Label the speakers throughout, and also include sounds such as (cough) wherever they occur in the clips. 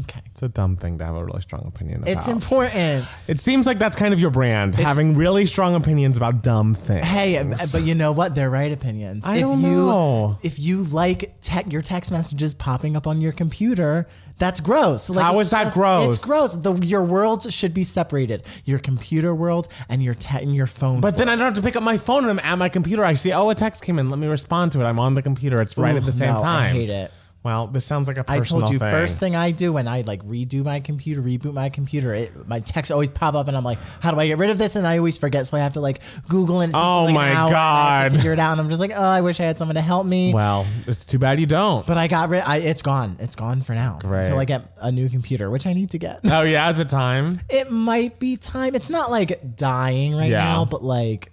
Speaker 1: Okay.
Speaker 2: It's a dumb thing to have a really strong opinion about.
Speaker 1: It's important.
Speaker 2: It seems like that's kind of your brand, having really strong opinions about dumb things.
Speaker 1: Hey, uh, but you know what? They're right opinions.
Speaker 2: I don't
Speaker 1: you,
Speaker 2: know.
Speaker 1: If you like tech, your text messages popping up on your computer, that's gross. Like,
Speaker 2: How
Speaker 1: it's
Speaker 2: is that gross?
Speaker 1: It's gross. The, your worlds should be separated. Your computer world and your te- and your phone.
Speaker 2: But
Speaker 1: world.
Speaker 2: then I don't have to pick up my phone and I'm at my computer. I see, oh, a text came in. Let me respond to it. I'm on the computer. It's right
Speaker 1: Ooh,
Speaker 2: at the same
Speaker 1: no, I
Speaker 2: time.
Speaker 1: hate it.
Speaker 2: Well, this sounds like a
Speaker 1: I
Speaker 2: personal
Speaker 1: told you
Speaker 2: thing.
Speaker 1: first thing I do when I like redo my computer, reboot my computer, it, my texts always pop up and I'm like, how do I get rid of this? And I always forget, so I have to like Google and it's
Speaker 2: Oh
Speaker 1: like
Speaker 2: my
Speaker 1: an hour and I have to
Speaker 2: God.
Speaker 1: figure it out. And I'm just like, oh, I wish I had someone to help me.
Speaker 2: Well, it's too bad you
Speaker 1: (laughs)
Speaker 2: don't.
Speaker 1: But I got rid. I, it's gone. It's gone for now.
Speaker 2: Great.
Speaker 1: Until I get a new computer, which I need to get. (laughs)
Speaker 2: oh, yeah, is it time?
Speaker 1: it might be time. It's not like dying right
Speaker 2: Yeah.
Speaker 1: now, but like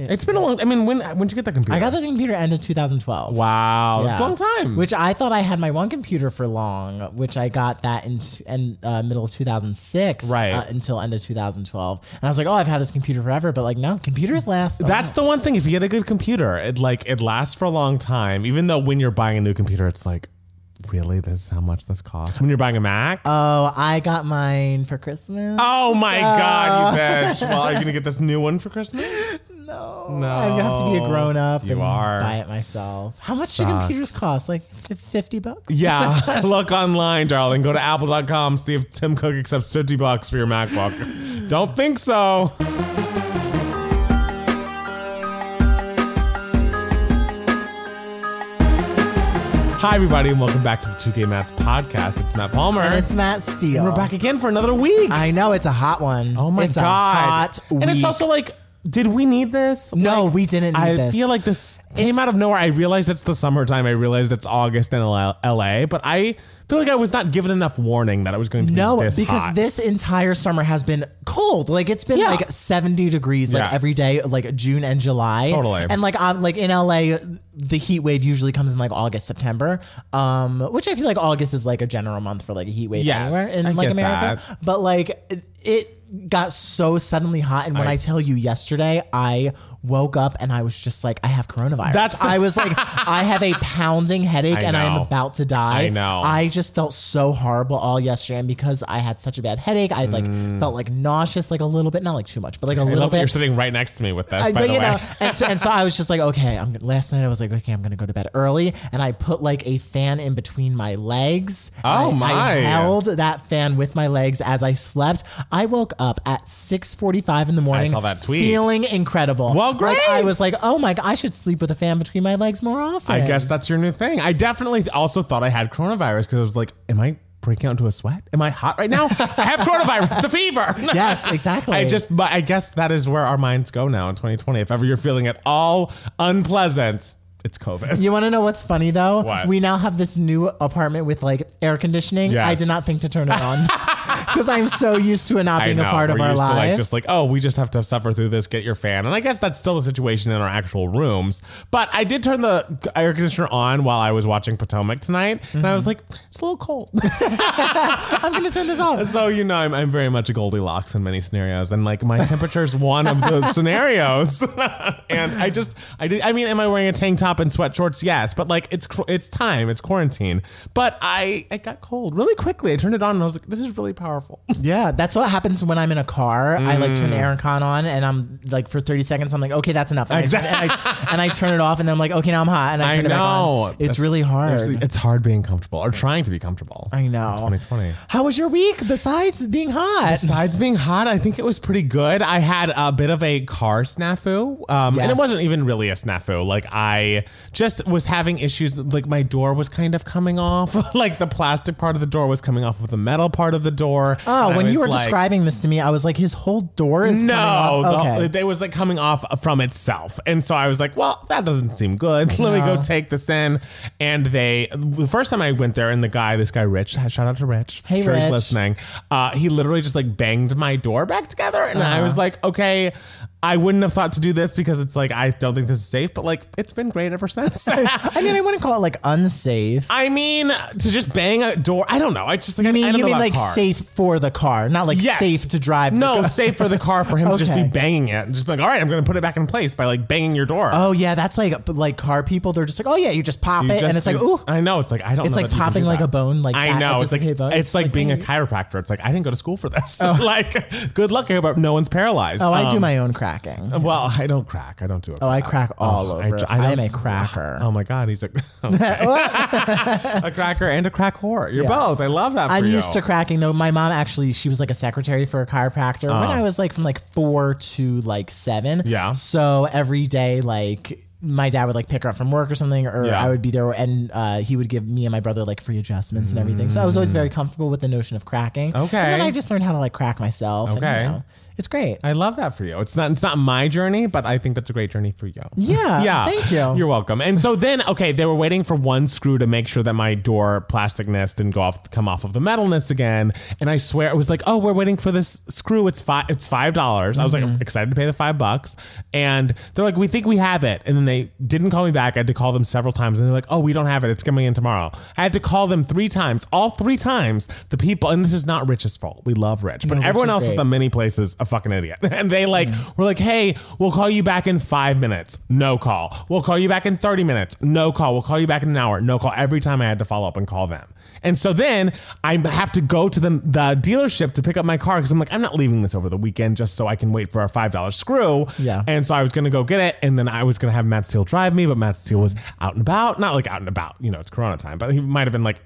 Speaker 2: It's been a long I mean, when when'd you get that computer?
Speaker 1: I got this computer end of 2012.
Speaker 2: Wow. It's a
Speaker 1: Yeah.
Speaker 2: long time.
Speaker 1: Which I thought I had my one computer for long, which I got that in, in uh, middle of 2006,
Speaker 2: Right.
Speaker 1: uh, until end of 2012. And I was like, oh, I've had this computer forever, but like, no, computers last.
Speaker 2: That's the one thing. If you get a good computer, it like it lasts for a long time. Even though when you're buying a new computer, it's like, really, this is how much this costs. When you're buying a Mac,
Speaker 1: oh, I got mine for Christmas.
Speaker 2: oh my god, you bitch! Well, are you gonna get this new one for Christmas? No, no,
Speaker 1: I have to be a grown up
Speaker 2: You
Speaker 1: and
Speaker 2: are.
Speaker 1: buy it myself. How much do computers cost? Like f- 50 bucks?
Speaker 2: Yeah, (laughs) look online, darling. Go to apple.com, see if Tim Cook accepts 50 bucks for your MacBook. Don't think so. Hi, everybody, and welcome back to the Two Gay Mats podcast. It's Matt Palmer.
Speaker 1: And it's Matt Steele.
Speaker 2: We're back again for another week.
Speaker 1: I know it's a hot one.
Speaker 2: Um, oh my
Speaker 1: It's a
Speaker 2: god!
Speaker 1: hot
Speaker 2: And it's
Speaker 1: week.
Speaker 2: also like, did we need this?
Speaker 1: No, we didn't need
Speaker 2: I
Speaker 1: this.
Speaker 2: feel like this came out of nowhere. I realized it's the summertime. I realized it's August in LA, LA, but I feel like I was not given enough warning that it was going to
Speaker 1: No,
Speaker 2: be this
Speaker 1: because
Speaker 2: hot.
Speaker 1: this entire summer has been cold. Like it's been
Speaker 2: Yeah.
Speaker 1: like 70 degrees like
Speaker 2: Yes.
Speaker 1: every day like June and July.
Speaker 2: Totally.
Speaker 1: And like I'm like in LA the heat wave usually comes in like August, September. Um which I feel like August is like a general month for like a heat wave
Speaker 2: Yes,
Speaker 1: anywhere in
Speaker 2: I
Speaker 1: like
Speaker 2: get
Speaker 1: America. But like it- it got so suddenly hot and when I, tell you yesterday I woke up and I was just like I have coronavirus.
Speaker 2: That's the-
Speaker 1: I was
Speaker 2: (laughs)
Speaker 1: like I have a pounding headache
Speaker 2: I
Speaker 1: and I'm
Speaker 2: know.
Speaker 1: about to die.
Speaker 2: I know.
Speaker 1: I just felt so horrible all yesterday, and because I had such a bad headache, I like felt like nauseous, like a little bit, not like too much, but like a
Speaker 2: Mm. I
Speaker 1: little
Speaker 2: love that you're
Speaker 1: bit.
Speaker 2: sitting right next to me with this.
Speaker 1: I-
Speaker 2: by
Speaker 1: but
Speaker 2: the
Speaker 1: you
Speaker 2: way,
Speaker 1: know, and so, and so I was just like, okay, I'm gonna- last night I was like, okay, I'm gonna go to bed early, and I put like a fan in between my legs. and
Speaker 2: Oh,
Speaker 1: I,
Speaker 2: my.
Speaker 1: I held that fan with my legs as I slept. I woke up at 6:45 in the morning.
Speaker 2: saw that tweet.
Speaker 1: feeling incredible.
Speaker 2: Well,
Speaker 1: Like, I
Speaker 2: great.
Speaker 1: was like, oh my, god, I should sleep with a fan between my legs more often.
Speaker 2: I guess that's your new thing. I definitely also thought I had coronavirus because I was like, am I breaking out into a sweat? Am I hot
Speaker 1: (laughs)
Speaker 2: right now? I have coronavirus. It's a fever.
Speaker 1: Yes, exactly.
Speaker 2: (laughs) I just, but I guess that is where our minds go now in 2020. If ever you're feeling at all unpleasant, it's COVID.
Speaker 1: You want to know what's funny though?
Speaker 2: What?
Speaker 1: We now have this new apartment with like air conditioning.
Speaker 2: Yes.
Speaker 1: I did not think to turn it
Speaker 2: (laughs)
Speaker 1: on because I'm so used to it not being a part of
Speaker 2: We're
Speaker 1: our
Speaker 2: used
Speaker 1: lives.
Speaker 2: to like just like oh, we just have to suffer through this. Get your fan, and I guess that's still the situation in our actual rooms. But I did turn the air conditioner on while I was watching Potomac tonight, and I was
Speaker 1: Mm-hmm.
Speaker 2: like, it's a little cold.
Speaker 1: I'm gonna turn this
Speaker 2: (laughs)
Speaker 1: off.
Speaker 2: so you know, I'm, I'm very much a Goldilocks in many scenarios, and like my temperature's one of those scenarios. (laughs) and I just, I did. I mean, am I wearing a tank top and sweat shorts? Yes, but like it's cr- it's time, it's quarantine. But I I got cold really quickly. I turned it on, and I was like, this is really powerful.
Speaker 1: Yeah, that's what happens when I'm in a car. I like turn the
Speaker 2: Mm.
Speaker 1: air con on, and I'm like for 30 seconds, I'm like, okay, that's enough. And,
Speaker 2: Exact-
Speaker 1: I, and, I, and I turn it off, and then I'm like, okay, now I'm hot, and I
Speaker 2: I
Speaker 1: turn it back
Speaker 2: know.
Speaker 1: on. It's
Speaker 2: That's-
Speaker 1: really hard.
Speaker 2: It's- It's hard being comfortable or trying to be comfortable.
Speaker 1: I know.
Speaker 2: 2020.
Speaker 1: How was your week besides being hot?
Speaker 2: Besides being hot, I think it was pretty good. I had a bit of a car snafu, um, and it
Speaker 1: Yes.
Speaker 2: wasn't even really a snafu. Like I just was having issues. (laughs) Like my door was kind of coming off. like the plastic part of the door was coming off of the metal part of the door. door.
Speaker 1: Oh,
Speaker 2: and I
Speaker 1: when you were
Speaker 2: was like,
Speaker 1: describing this to me, I was like, his whole door is
Speaker 2: No,
Speaker 1: coming off.
Speaker 2: the-
Speaker 1: Okay.
Speaker 2: it was like coming off from itself, and so I was like, "Well, that doesn't seem good. (laughs) Let me go take this in." And they, the first time I went there, and the guy, this guy Rich, shout out to Rich,
Speaker 1: Hey,
Speaker 2: sure he's
Speaker 1: Rich.
Speaker 2: listening. Uh, he literally just like banged my door back together, and I
Speaker 1: Uh-huh.
Speaker 2: was like, "Okay." I wouldn't have thought to do this because it's like I don't think this is safe, but like it's been great ever since.
Speaker 1: (laughs) I mean, I wouldn't call it like unsafe.
Speaker 2: I mean, to just bang a door. I don't know. I just like I,
Speaker 1: I mean,
Speaker 2: I don't
Speaker 1: you
Speaker 2: know
Speaker 1: mean
Speaker 2: about
Speaker 1: like
Speaker 2: cars.
Speaker 1: safe for the car, not like
Speaker 2: Yes.
Speaker 1: safe to drive. the
Speaker 2: No,
Speaker 1: car.
Speaker 2: safe for the car for him to just
Speaker 1: (laughs)
Speaker 2: be
Speaker 1: Okay.
Speaker 2: banging it and just be like, all right, I'm going to put it back in place by like banging your door.
Speaker 1: Oh yeah, that's like but, like car people. They're just like, oh yeah, you just pop
Speaker 2: You
Speaker 1: it,
Speaker 2: just
Speaker 1: and it's like,
Speaker 2: do-
Speaker 1: ooh,
Speaker 2: I know. It's like I don't.
Speaker 1: It's
Speaker 2: know
Speaker 1: like
Speaker 2: that you can
Speaker 1: popping
Speaker 2: do
Speaker 1: like
Speaker 2: that.
Speaker 1: a bone, like
Speaker 2: I
Speaker 1: that,
Speaker 2: know.
Speaker 1: a
Speaker 2: It's like
Speaker 1: dislocate bone.
Speaker 2: it's
Speaker 1: It's
Speaker 2: like,
Speaker 1: like, (laughs)
Speaker 2: being a
Speaker 1: hey.
Speaker 2: chiropractor. It's like I didn't go to school for this. (laughs) like good luck. I hope no one's paralyzed.
Speaker 1: oh, I do
Speaker 2: Um,
Speaker 1: my own cracking.
Speaker 2: Well, I don't crack. I don't do it.
Speaker 1: Oh, I crack all over. it. I, am
Speaker 2: don't-
Speaker 1: a (laughs) cracker.
Speaker 2: Oh my god, he's a (laughs)
Speaker 1: (laughs)
Speaker 2: okay. (laughs) a cracker and a crack whore. You're
Speaker 1: Yeah.
Speaker 2: both. I love that. For
Speaker 1: I'm
Speaker 2: you.
Speaker 1: used to cracking though. My mom actually, she was like a secretary for a chiropractor when I was like from like four to like seven.
Speaker 2: Oh. Yeah.
Speaker 1: So every day, like my dad would like pick her up from work or something, or
Speaker 2: Yeah.
Speaker 1: I would be there, and uh, he would give me and my brother like free adjustments and everything. So I was always very comfortable with the notion of cracking. And then
Speaker 2: Mm. Okay.
Speaker 1: I just learned how to like crack myself. Okay.
Speaker 2: Okay.
Speaker 1: it's
Speaker 2: (laughs)
Speaker 1: great.
Speaker 2: I love that for you. It's not it's not my journey, but I think that's a great journey for you.
Speaker 1: Yeah, thank you.
Speaker 2: (laughs) You're welcome. And so then, okay, they were waiting for one screw to make sure that my door plasticness didn't go off, come off of the metalness again. And I swear, it was like, oh, we're waiting for this screw. It's five. It's five dollars. I was
Speaker 1: Mm-hmm.
Speaker 2: like excited to pay the five bucks. And they're like, we think we have it. And then they didn't call me back. I had to call them several times, and they're like, oh, we don't have it. It's coming in tomorrow. I had to call them three times. All three times, the people, and this is not Rich's fault. We love Rich, but
Speaker 1: No, Rich
Speaker 2: everyone
Speaker 1: is
Speaker 2: else at
Speaker 1: great.
Speaker 2: the many places a fucking idiot. (laughs) And they like were like, hey, we'll call you back in five minutes. No call. We'll call you back in 30 minutes. No call. We'll call you back in an hour. No call. Every time I had to follow up and call them. And so then I have to go to the, the dealership to pick up my car because I'm like, I'm not leaving this over the weekend just so I can wait for our $5 screw.
Speaker 1: Yeah.
Speaker 2: And so I was going to go get it. And then I was going to have Matt Steele drive me, but Matt Steele was out and about. Not like out and about, you know, it's Corona time, but he might have been like,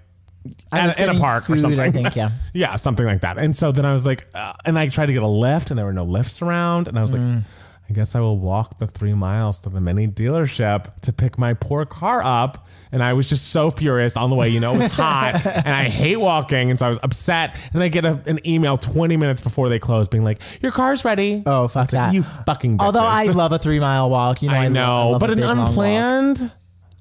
Speaker 1: I was
Speaker 2: at- in a
Speaker 1: getting
Speaker 2: park or
Speaker 1: food,
Speaker 2: something.
Speaker 1: I think, yeah.
Speaker 2: Yeah, something like that. And so then I was like, uh, and I tried to get a lift, and there were no lifts around. And I was
Speaker 1: Mm.
Speaker 2: like, I guess I will walk the three miles to the mini dealership to pick my poor car up. And I was just so furious on the way, you know, it was hot
Speaker 1: (laughs)
Speaker 2: and I hate walking. And so I was upset. And I get a, an email 20 minutes before they close being like, Your car's ready.
Speaker 1: Oh fuck
Speaker 2: It's like,
Speaker 1: that!
Speaker 2: You fucking bitches.
Speaker 1: Although I love a three mile walk, you know,
Speaker 2: I
Speaker 1: lo-
Speaker 2: know,
Speaker 1: love
Speaker 2: but
Speaker 1: a
Speaker 2: an
Speaker 1: big long walk.
Speaker 2: unplanned.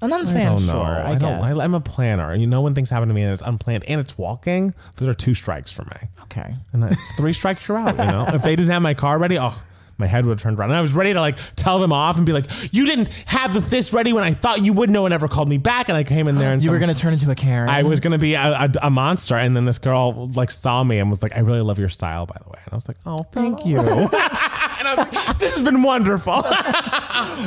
Speaker 2: Oh,
Speaker 1: an unplanned,
Speaker 2: No,
Speaker 1: sure, I,
Speaker 2: I, don't.
Speaker 1: guess.
Speaker 2: I, I'm a planner. You know when things happen to me and it's unplanned and it's walking. Those are two strikes for me.
Speaker 1: okay.
Speaker 2: And that's three strikes you're out. You know, if they didn't have my car ready, oh, my head would have turned around. And I was ready to like tell them off and be like, "You didn't have the this ready when I thought you would." No one ever called me back, and I came in there
Speaker 1: (gasps)
Speaker 2: and
Speaker 1: You were
Speaker 2: some-
Speaker 1: gonna turn into a Karen.
Speaker 2: I was gonna be a, a, a monster, and then this girl like saw me and was like, "I really love your style, by the way." And I was like, "Oh, thank
Speaker 1: Thank
Speaker 2: you."
Speaker 1: you.
Speaker 2: (laughs) And I was like, "This has been wonderful." (laughs)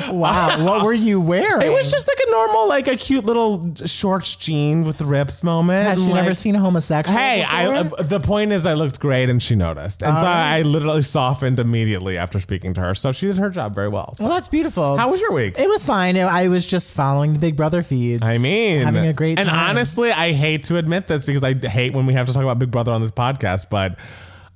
Speaker 1: Wow, (laughs) what were you wearing?
Speaker 2: It was just like a normal, like a cute little shorts jean with the rips moment.
Speaker 1: Has she
Speaker 2: And, like,
Speaker 1: never seen a homosexual?
Speaker 2: Hey, I, uh,
Speaker 1: before?
Speaker 2: the point is, I looked great and she noticed. And so I literally softened immediately after speaking to her. So she did her job very well. So
Speaker 1: well, that's beautiful.
Speaker 2: How was your week?
Speaker 1: It was fine. I was just following the Big Brother feeds.
Speaker 2: I mean,
Speaker 1: having a great
Speaker 2: and
Speaker 1: time.
Speaker 2: honestly, I hate to admit this because I hate when we have to talk about Big Brother on this podcast, but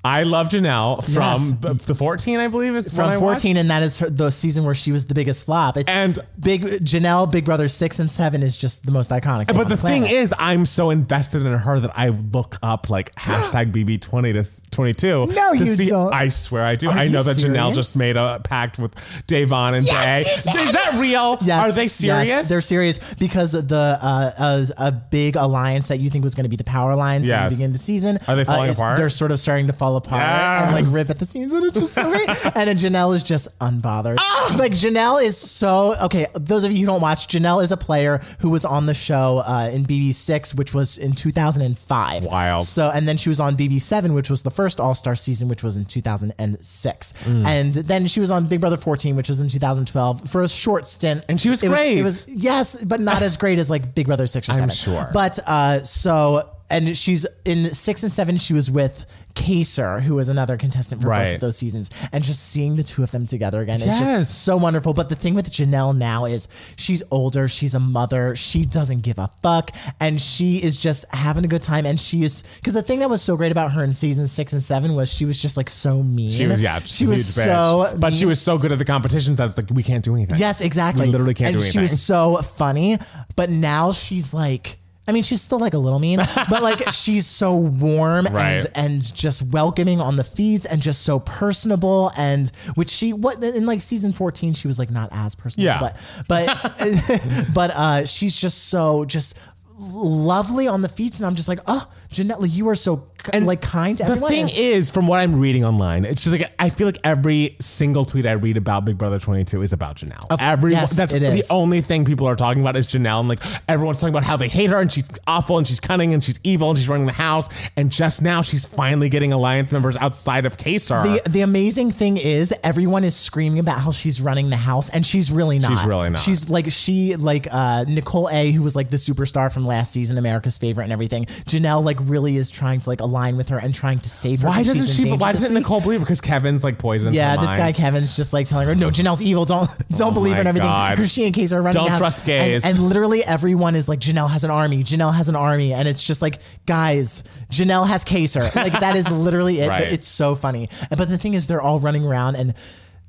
Speaker 2: I love Janelle
Speaker 1: Yes.
Speaker 2: from b- the 14, I believe, is
Speaker 1: from
Speaker 2: when I watched.
Speaker 1: 14, and that is her, the season where she was the biggest flop. It's
Speaker 2: And-
Speaker 1: Big Janelle, Big Brother six and seven is just the most iconic.
Speaker 2: But the thing is, I'm so invested in her that I look
Speaker 1: (gasps)
Speaker 2: up like hashtag BB20 to s- 22.
Speaker 1: No,
Speaker 2: to
Speaker 1: you
Speaker 2: see,
Speaker 1: don't.
Speaker 2: I swear I do.
Speaker 1: Are
Speaker 2: I
Speaker 1: you
Speaker 2: know that Janelle
Speaker 1: serious?
Speaker 2: just made a pact with Davon and Day. Is that real?
Speaker 1: Yes,
Speaker 2: Are they
Speaker 1: yes,
Speaker 2: serious?
Speaker 1: they're serious because the uh, uh, a big alliance that you think was going to be the power alliance at
Speaker 2: Yes.
Speaker 1: the beginning of the season.
Speaker 2: Are they
Speaker 1: uh,
Speaker 2: falling
Speaker 1: is-
Speaker 2: apart?
Speaker 1: They're sort of starting to fall apart and
Speaker 2: Yes.
Speaker 1: like rip at the seams, and it's just so
Speaker 2: (laughs)
Speaker 1: great. And then Janelle is just unbothered.
Speaker 2: Ah!
Speaker 1: Like Janelle is so okay. Those of you who don't watch, Janelle is a player who was on the show uh, in BB Six, which was in 2005.
Speaker 2: Wild.
Speaker 1: So and then she was on BB Seven, which was the first All Star season, which was in 2006.
Speaker 2: Mm.
Speaker 1: And then she was on Big Brother 14, which was in 2012 for a short stint.
Speaker 2: And she was
Speaker 1: It
Speaker 2: great.
Speaker 1: it was yes, but not as great as like Big Brother six or seven.
Speaker 2: sure.
Speaker 1: But uh, so and she's in six and seven. She was with Kaser, who was another contestant for both
Speaker 2: Right.
Speaker 1: of those seasons. And just seeing the two of them together again is
Speaker 2: Yes.
Speaker 1: just so wonderful. But the thing with Janelle now is she's older. She's a mother. She doesn't give a fuck, and she is just having a good time. And she is because the thing that was so great about her in season six and seven was she was just like so mean.
Speaker 2: She was, yeah,
Speaker 1: she
Speaker 2: a
Speaker 1: was
Speaker 2: huge bitch.
Speaker 1: so
Speaker 2: But she was so good at the competitions that it's like, we can't do anything.
Speaker 1: Yes, exactly.
Speaker 2: We literally can't
Speaker 1: and
Speaker 2: do anything.
Speaker 1: She was so funny, but now she's like. I mean, she's still like a little
Speaker 2: (laughs)
Speaker 1: mean, but like she's so warm
Speaker 2: Right.
Speaker 1: and and just welcoming on the feeds and just so personable and which she what in like season 14 she was like not as personable
Speaker 2: Yeah.
Speaker 1: but but (laughs) but uh she's just so just lovely on the feeds and I'm just like, "Oh, Janelle, you are so ki- like kind to
Speaker 2: The
Speaker 1: everyone."
Speaker 2: thing
Speaker 1: And-
Speaker 2: is, from what I'm reading online, it's just like I feel like every single tweet I read about Big Brother 22 is about Janelle. Every
Speaker 1: yes,
Speaker 2: that's
Speaker 1: it
Speaker 2: the
Speaker 1: is.
Speaker 2: only thing people are talking about is Janelle, and like everyone's talking about how they hate her and she's awful and she's cunning and she's evil and she's running the house. And just now, she's finally getting alliance members outside of Kesar.
Speaker 1: the, the amazing thing is everyone is screaming about how she's running the house and she's really not.
Speaker 2: really not.
Speaker 1: She's like she like uh Nicole A who was like the superstar from last season America's favorite and everything. Janelle like really is trying to like align with her and trying to save her.
Speaker 2: why
Speaker 1: and she's
Speaker 2: doesn't
Speaker 1: in
Speaker 2: she?
Speaker 1: danger
Speaker 2: Why
Speaker 1: this
Speaker 2: doesn't
Speaker 1: week.
Speaker 2: Nicole believe her? Because Kevin's like poisoned.
Speaker 1: Yeah,
Speaker 2: her
Speaker 1: this guy
Speaker 2: mind. Oh
Speaker 1: Kevin's just like telling her, "No, Janelle's evil. Don't don't believe her and
Speaker 2: my
Speaker 1: everything."
Speaker 2: God.
Speaker 1: Because she and Case are running.
Speaker 2: Don't
Speaker 1: out.
Speaker 2: trust gays.
Speaker 1: And, and literally everyone is like, "Janelle has an army. Janelle has an army," and it's just like, guys, Janelle has Caser. Like that is literally it.
Speaker 2: Right.
Speaker 1: It's so funny. And- But the thing is, they're all running around, and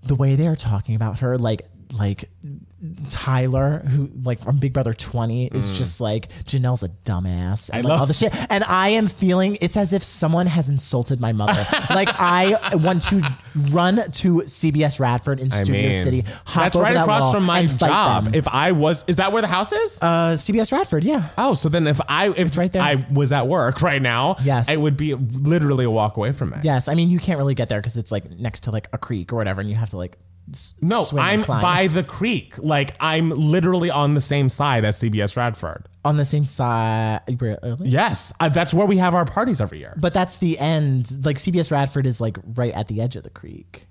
Speaker 1: the way they are talking about her, like like Tyler, who like from Big Brother 20,
Speaker 2: Mm.
Speaker 1: is just like Janelle's a dumbass and like, all the shit. And I am feeling it's as if someone has insulted my
Speaker 2: (laughs)
Speaker 1: mother. like I want to run to CBS Radford in Studio
Speaker 2: mean,
Speaker 1: City, hop
Speaker 2: That's
Speaker 1: over
Speaker 2: right
Speaker 1: that
Speaker 2: across
Speaker 1: wall
Speaker 2: from my
Speaker 1: and fight
Speaker 2: job.
Speaker 1: them.
Speaker 2: If I was, is that where the house is?
Speaker 1: Uh, CBS Radford, yeah.
Speaker 2: Oh, so then if I if
Speaker 1: right there.
Speaker 2: I was at work right now,
Speaker 1: Yes.
Speaker 2: it would be literally a walk away from it.
Speaker 1: Yes, I mean you can't really get there because it's like next to like a creek or whatever, and you have to like. s-
Speaker 2: No,
Speaker 1: swim and
Speaker 2: I'm
Speaker 1: climb.
Speaker 2: by the creek. Like I'm literally on the same side as CBS Radford.
Speaker 1: on the same side. Really?
Speaker 2: Yes, uh, that's where we have our parties every year.
Speaker 1: But that's the end. Like CBS Radford is like right at the edge of the creek.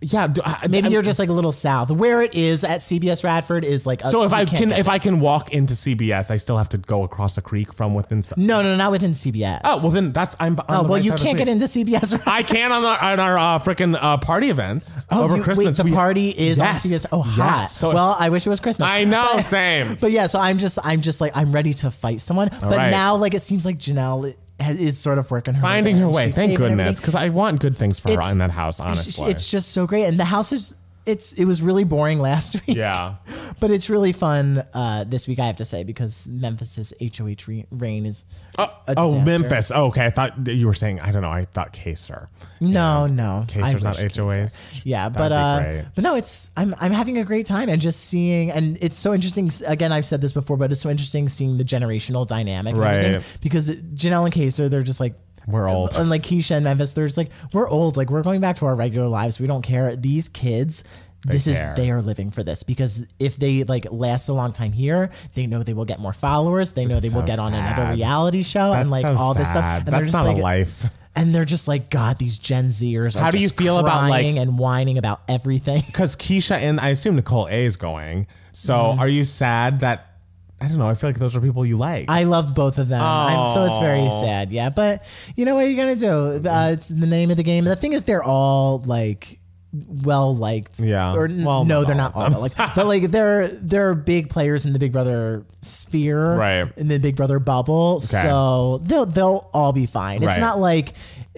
Speaker 2: Yeah, do, I,
Speaker 1: Maybe
Speaker 2: I-
Speaker 1: you're just like a little south. Where it is at CBS Radford is like. A,
Speaker 2: So if
Speaker 1: you
Speaker 2: I
Speaker 1: can't
Speaker 2: can
Speaker 1: get
Speaker 2: if
Speaker 1: there.
Speaker 2: I can walk into CBS, I still have to go across a creek from within. s-
Speaker 1: no, no, not within CBS.
Speaker 2: Oh well, then that's I'm. On
Speaker 1: Oh,
Speaker 2: the
Speaker 1: well,
Speaker 2: right
Speaker 1: you
Speaker 2: side of
Speaker 1: can't
Speaker 2: the
Speaker 1: get
Speaker 2: creek.
Speaker 1: into CBS. (laughs) Radford.
Speaker 2: I can on our, on our uh, freaking uh, party events over
Speaker 1: Oh, you-
Speaker 2: Christmas.
Speaker 1: Wait, the
Speaker 2: We-
Speaker 1: party is
Speaker 2: Yes.
Speaker 1: on CBS. Oh,
Speaker 2: Yes.
Speaker 1: hot.
Speaker 2: So if-
Speaker 1: well, I wish it was Christmas.
Speaker 2: I know, same.
Speaker 1: (laughs) But yeah, so I'm just, I'm just like, I'm ready to fight someone. but
Speaker 2: right.
Speaker 1: now, like, it seems like Janelle has, is sort of working her way
Speaker 2: finding
Speaker 1: there.
Speaker 2: her way.
Speaker 1: She's
Speaker 2: Thank
Speaker 1: saving
Speaker 2: goodness,
Speaker 1: everything.
Speaker 2: because I want good things for
Speaker 1: It's-
Speaker 2: her in that house.
Speaker 1: It's,
Speaker 2: Honestly,
Speaker 1: it's just so great, and the house is. It's it was really boring last (laughs) week.
Speaker 2: yeah.
Speaker 1: But it's really fun uh, this week, I have to say, because Memphis's HOH re- reign is. a
Speaker 2: Oh,
Speaker 1: disaster.
Speaker 2: Memphis. Oh, okay, I thought that you were saying. I don't know. I thought Kaser.
Speaker 1: No, no. I
Speaker 2: Kaser's not
Speaker 1: wish it was.
Speaker 2: HOAs. (laughs)
Speaker 1: Yeah,
Speaker 2: That'd
Speaker 1: but
Speaker 2: be
Speaker 1: uh,
Speaker 2: great.
Speaker 1: but no, it's I'm I'm having a great time and just seeing and it's so interesting. Again, I've said this before, but it's so interesting seeing the generational dynamic, and
Speaker 2: Right.
Speaker 1: everything, Because Janelle and Kaser, they're just like
Speaker 2: We're old.
Speaker 1: and like Keisha and Memphis, they're just like we're old. Like we're going back to our regular lives. We don't care. These kids. This
Speaker 2: care.
Speaker 1: is they are living for this because if they like last a long time here, they know they will get more followers. They know they will
Speaker 2: so
Speaker 1: get on another
Speaker 2: sad.
Speaker 1: reality show and
Speaker 2: That's
Speaker 1: like
Speaker 2: so
Speaker 1: all this stuff.
Speaker 2: sad.
Speaker 1: And
Speaker 2: That's not
Speaker 1: like,
Speaker 2: a (laughs) life.
Speaker 1: and they're just like, God, these Gen Zers. Are
Speaker 2: How do
Speaker 1: just
Speaker 2: you feel about, like-
Speaker 1: crying and whining about everything?
Speaker 2: Because Keisha and I assume Nicole A is going. So
Speaker 1: Mm-hmm.
Speaker 2: are you sad that? I don't know. I feel like those are people you like.
Speaker 1: I love both of them, I'm, so it's very sad. Yeah, but you know what are you gonna do?
Speaker 2: Mm.
Speaker 1: Uh, it's the name of the game. The thing is, they're all like well liked.
Speaker 2: Yeah.
Speaker 1: Or n-
Speaker 2: Well,
Speaker 1: no,
Speaker 2: not
Speaker 1: they're not all well liked, but like they're they're big players in the Big Brother sphere,
Speaker 2: Right.
Speaker 1: In the Big Brother bubble, so they'll they'll all be fine. It's
Speaker 2: Right.
Speaker 1: not like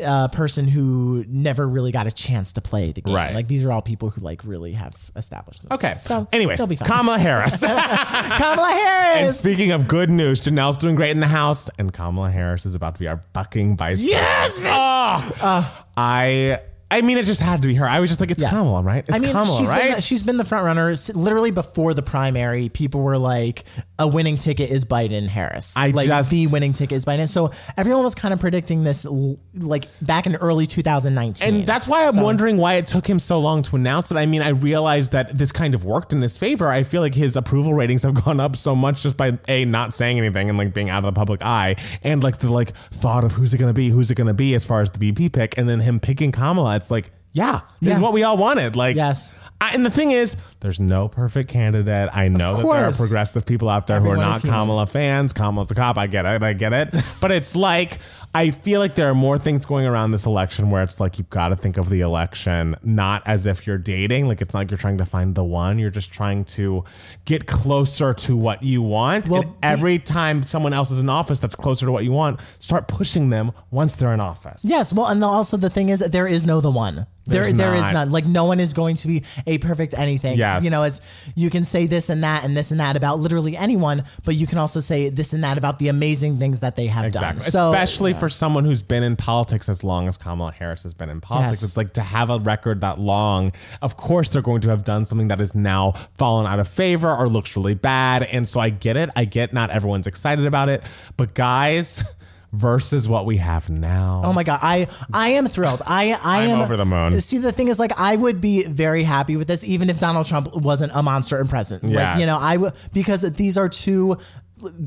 Speaker 1: a person who never really got a chance to play the game.
Speaker 2: Right.
Speaker 1: Like these are all people who like really have established. Themselves.
Speaker 2: okay.
Speaker 1: So
Speaker 2: anyways,
Speaker 1: they'll be fine.
Speaker 2: Kamala
Speaker 1: (laughs)
Speaker 2: Harris. (laughs)
Speaker 1: Kamala
Speaker 2: and
Speaker 1: Harris.
Speaker 2: speaking of good news, Janelle's doing great in the house, and Kamala Harris is about to be our fucking vice.
Speaker 1: Yes, Uh,
Speaker 2: president. Oh, I. I mean, it just had to be her. I was just like, it's
Speaker 1: Yes.
Speaker 2: Kamala, right? It's
Speaker 1: I mean,
Speaker 2: Kamala,
Speaker 1: she's
Speaker 2: right?
Speaker 1: been the, she's been the front runner s- literally before the primary. People were like, "A winning ticket is Biden Harris."
Speaker 2: I
Speaker 1: like
Speaker 2: just-
Speaker 1: the winning ticket is Biden. So everyone was kind of predicting this, l- like back in early 2019.
Speaker 2: And that's why I'm wondering why it took him so long to announce it. I mean, I realized that this kind of worked in his favor. I feel like his approval ratings have (laughs) gone up so much just by a not saying anything and like being out of the public eye, and like the like thought of who's it going to be, who's it going to be as far as the VP pick, and then him picking Kamala. It's like, yeah, this is
Speaker 1: Yeah.
Speaker 2: what we all wanted. Like,
Speaker 1: Yes.
Speaker 2: I, and the thing is, there's no perfect candidate. I know that there are
Speaker 1: course.
Speaker 2: progressive people out there who are
Speaker 1: Everyone
Speaker 2: not
Speaker 1: is human.
Speaker 2: Kamala fans. Kamala's a cop. I get it. I get it. (laughs) But it's like I feel like there are more things going around this election where it's like you've got to think of the election not as if you're dating. Like it's not like you're trying to find the one. You're just trying to get closer to what you want. and every time someone else is in office that's closer to what you want, start pushing them once they're in office.
Speaker 1: yes, well, and the, also the thing is, that there is no the one. There,
Speaker 2: There's
Speaker 1: there is
Speaker 2: not.
Speaker 1: none. Like no one is going to be a perfect anything.
Speaker 2: Yes.
Speaker 1: You know, as you can say this and that and this and that about literally anyone, but you can also say this and that about the amazing things that they have done. So
Speaker 2: Especially for someone who's been in politics as long as Kamala Harris has been in
Speaker 1: Yes.
Speaker 2: politics. It's like to have a record that long, of course they're going to have done something that is now fallen out of favor or looks really bad. And so I get it. I get not everyone's excited about it. But guys, (laughs) versus what we have now.
Speaker 1: Oh my god, I I am thrilled. I I
Speaker 2: I'm
Speaker 1: am
Speaker 2: over the moon.
Speaker 1: See, the thing is, like, I would be very happy with this, even if Donald Trump wasn't a monster in prison. Like,
Speaker 2: Yes.
Speaker 1: you know, I would because these are two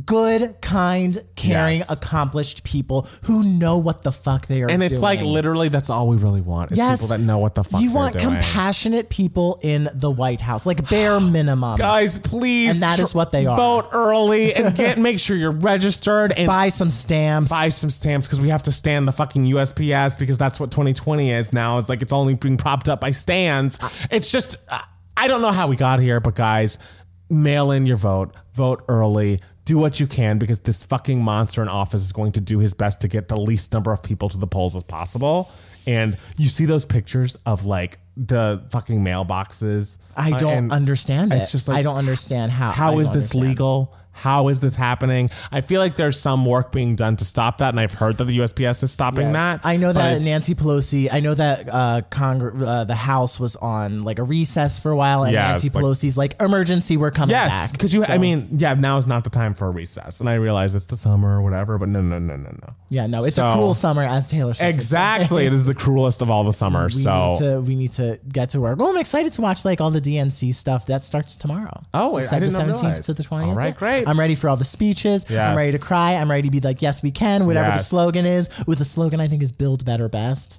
Speaker 1: good, kind, caring,
Speaker 2: Yes.
Speaker 1: accomplished people who know what the fuck they are.
Speaker 2: and it's like
Speaker 1: doing.
Speaker 2: literally that's all we really want. Is
Speaker 1: Yes.
Speaker 2: people that know what the fuck
Speaker 1: you
Speaker 2: they're
Speaker 1: want
Speaker 2: doing.
Speaker 1: compassionate people in the White House, like
Speaker 2: (sighs)
Speaker 1: bare minimum.
Speaker 2: Guys, please,
Speaker 1: And that
Speaker 2: tr-
Speaker 1: is what they are.
Speaker 2: Vote early and get make sure you're registered and
Speaker 1: Buy some stamps.
Speaker 2: buy some stamps because we have to stand the fucking USPS because that's what 2020 is now. It's like it's only being propped up by stands.
Speaker 1: Ah.
Speaker 2: It's just I- I don't know how we got here, but guys, mail in your vote, vote early. Do what you can because this fucking monster in office is going to do his best to get the least number of people to the polls as possible. And you see those pictures of like the fucking mailboxes.
Speaker 1: I
Speaker 2: uh,
Speaker 1: don't
Speaker 2: and-
Speaker 1: understand it.
Speaker 2: it's just like-
Speaker 1: I don't understand how. I
Speaker 2: how
Speaker 1: don't
Speaker 2: is this
Speaker 1: understand.
Speaker 2: legal? How is this happening? I feel like there's some work being done to stop that, and I've heard that the USPS is stopping
Speaker 1: Yes.
Speaker 2: that.
Speaker 1: I know
Speaker 2: but
Speaker 1: that
Speaker 2: it's-
Speaker 1: Nancy Pelosi. I know that uh, Congre- uh, the House was on like a recess for a while, and
Speaker 2: Yeah,
Speaker 1: Nancy
Speaker 2: it's like-
Speaker 1: Pelosi's like emergency. We're coming
Speaker 2: Yes,
Speaker 1: back
Speaker 2: because you.
Speaker 1: So-
Speaker 2: I mean, yeah. Now is not the time for a recess, and I realize it's the summer or whatever. But no, no, no, no, no.
Speaker 1: yeah, no, it's a
Speaker 2: So-
Speaker 1: cruel summer, as Taylor Swift would say.
Speaker 2: Exactly, it is the cruelest of all the summers.
Speaker 1: We
Speaker 2: so.
Speaker 1: need to we need to get to work. Oh, I'm excited to watch like all the DNC stuff that starts tomorrow.
Speaker 2: Oh, I- I
Speaker 1: It's, like, the
Speaker 2: did not
Speaker 1: 17th
Speaker 2: realize.
Speaker 1: to the 20th.
Speaker 2: All right,
Speaker 1: Yeah.
Speaker 2: great.
Speaker 1: I'm ready for all the speeches. I'm
Speaker 2: Yes.
Speaker 1: ready to cry. I'm ready to be like, yes, we can. Whatever the
Speaker 2: Yes.
Speaker 1: slogan is. With the slogan, I think is build better best.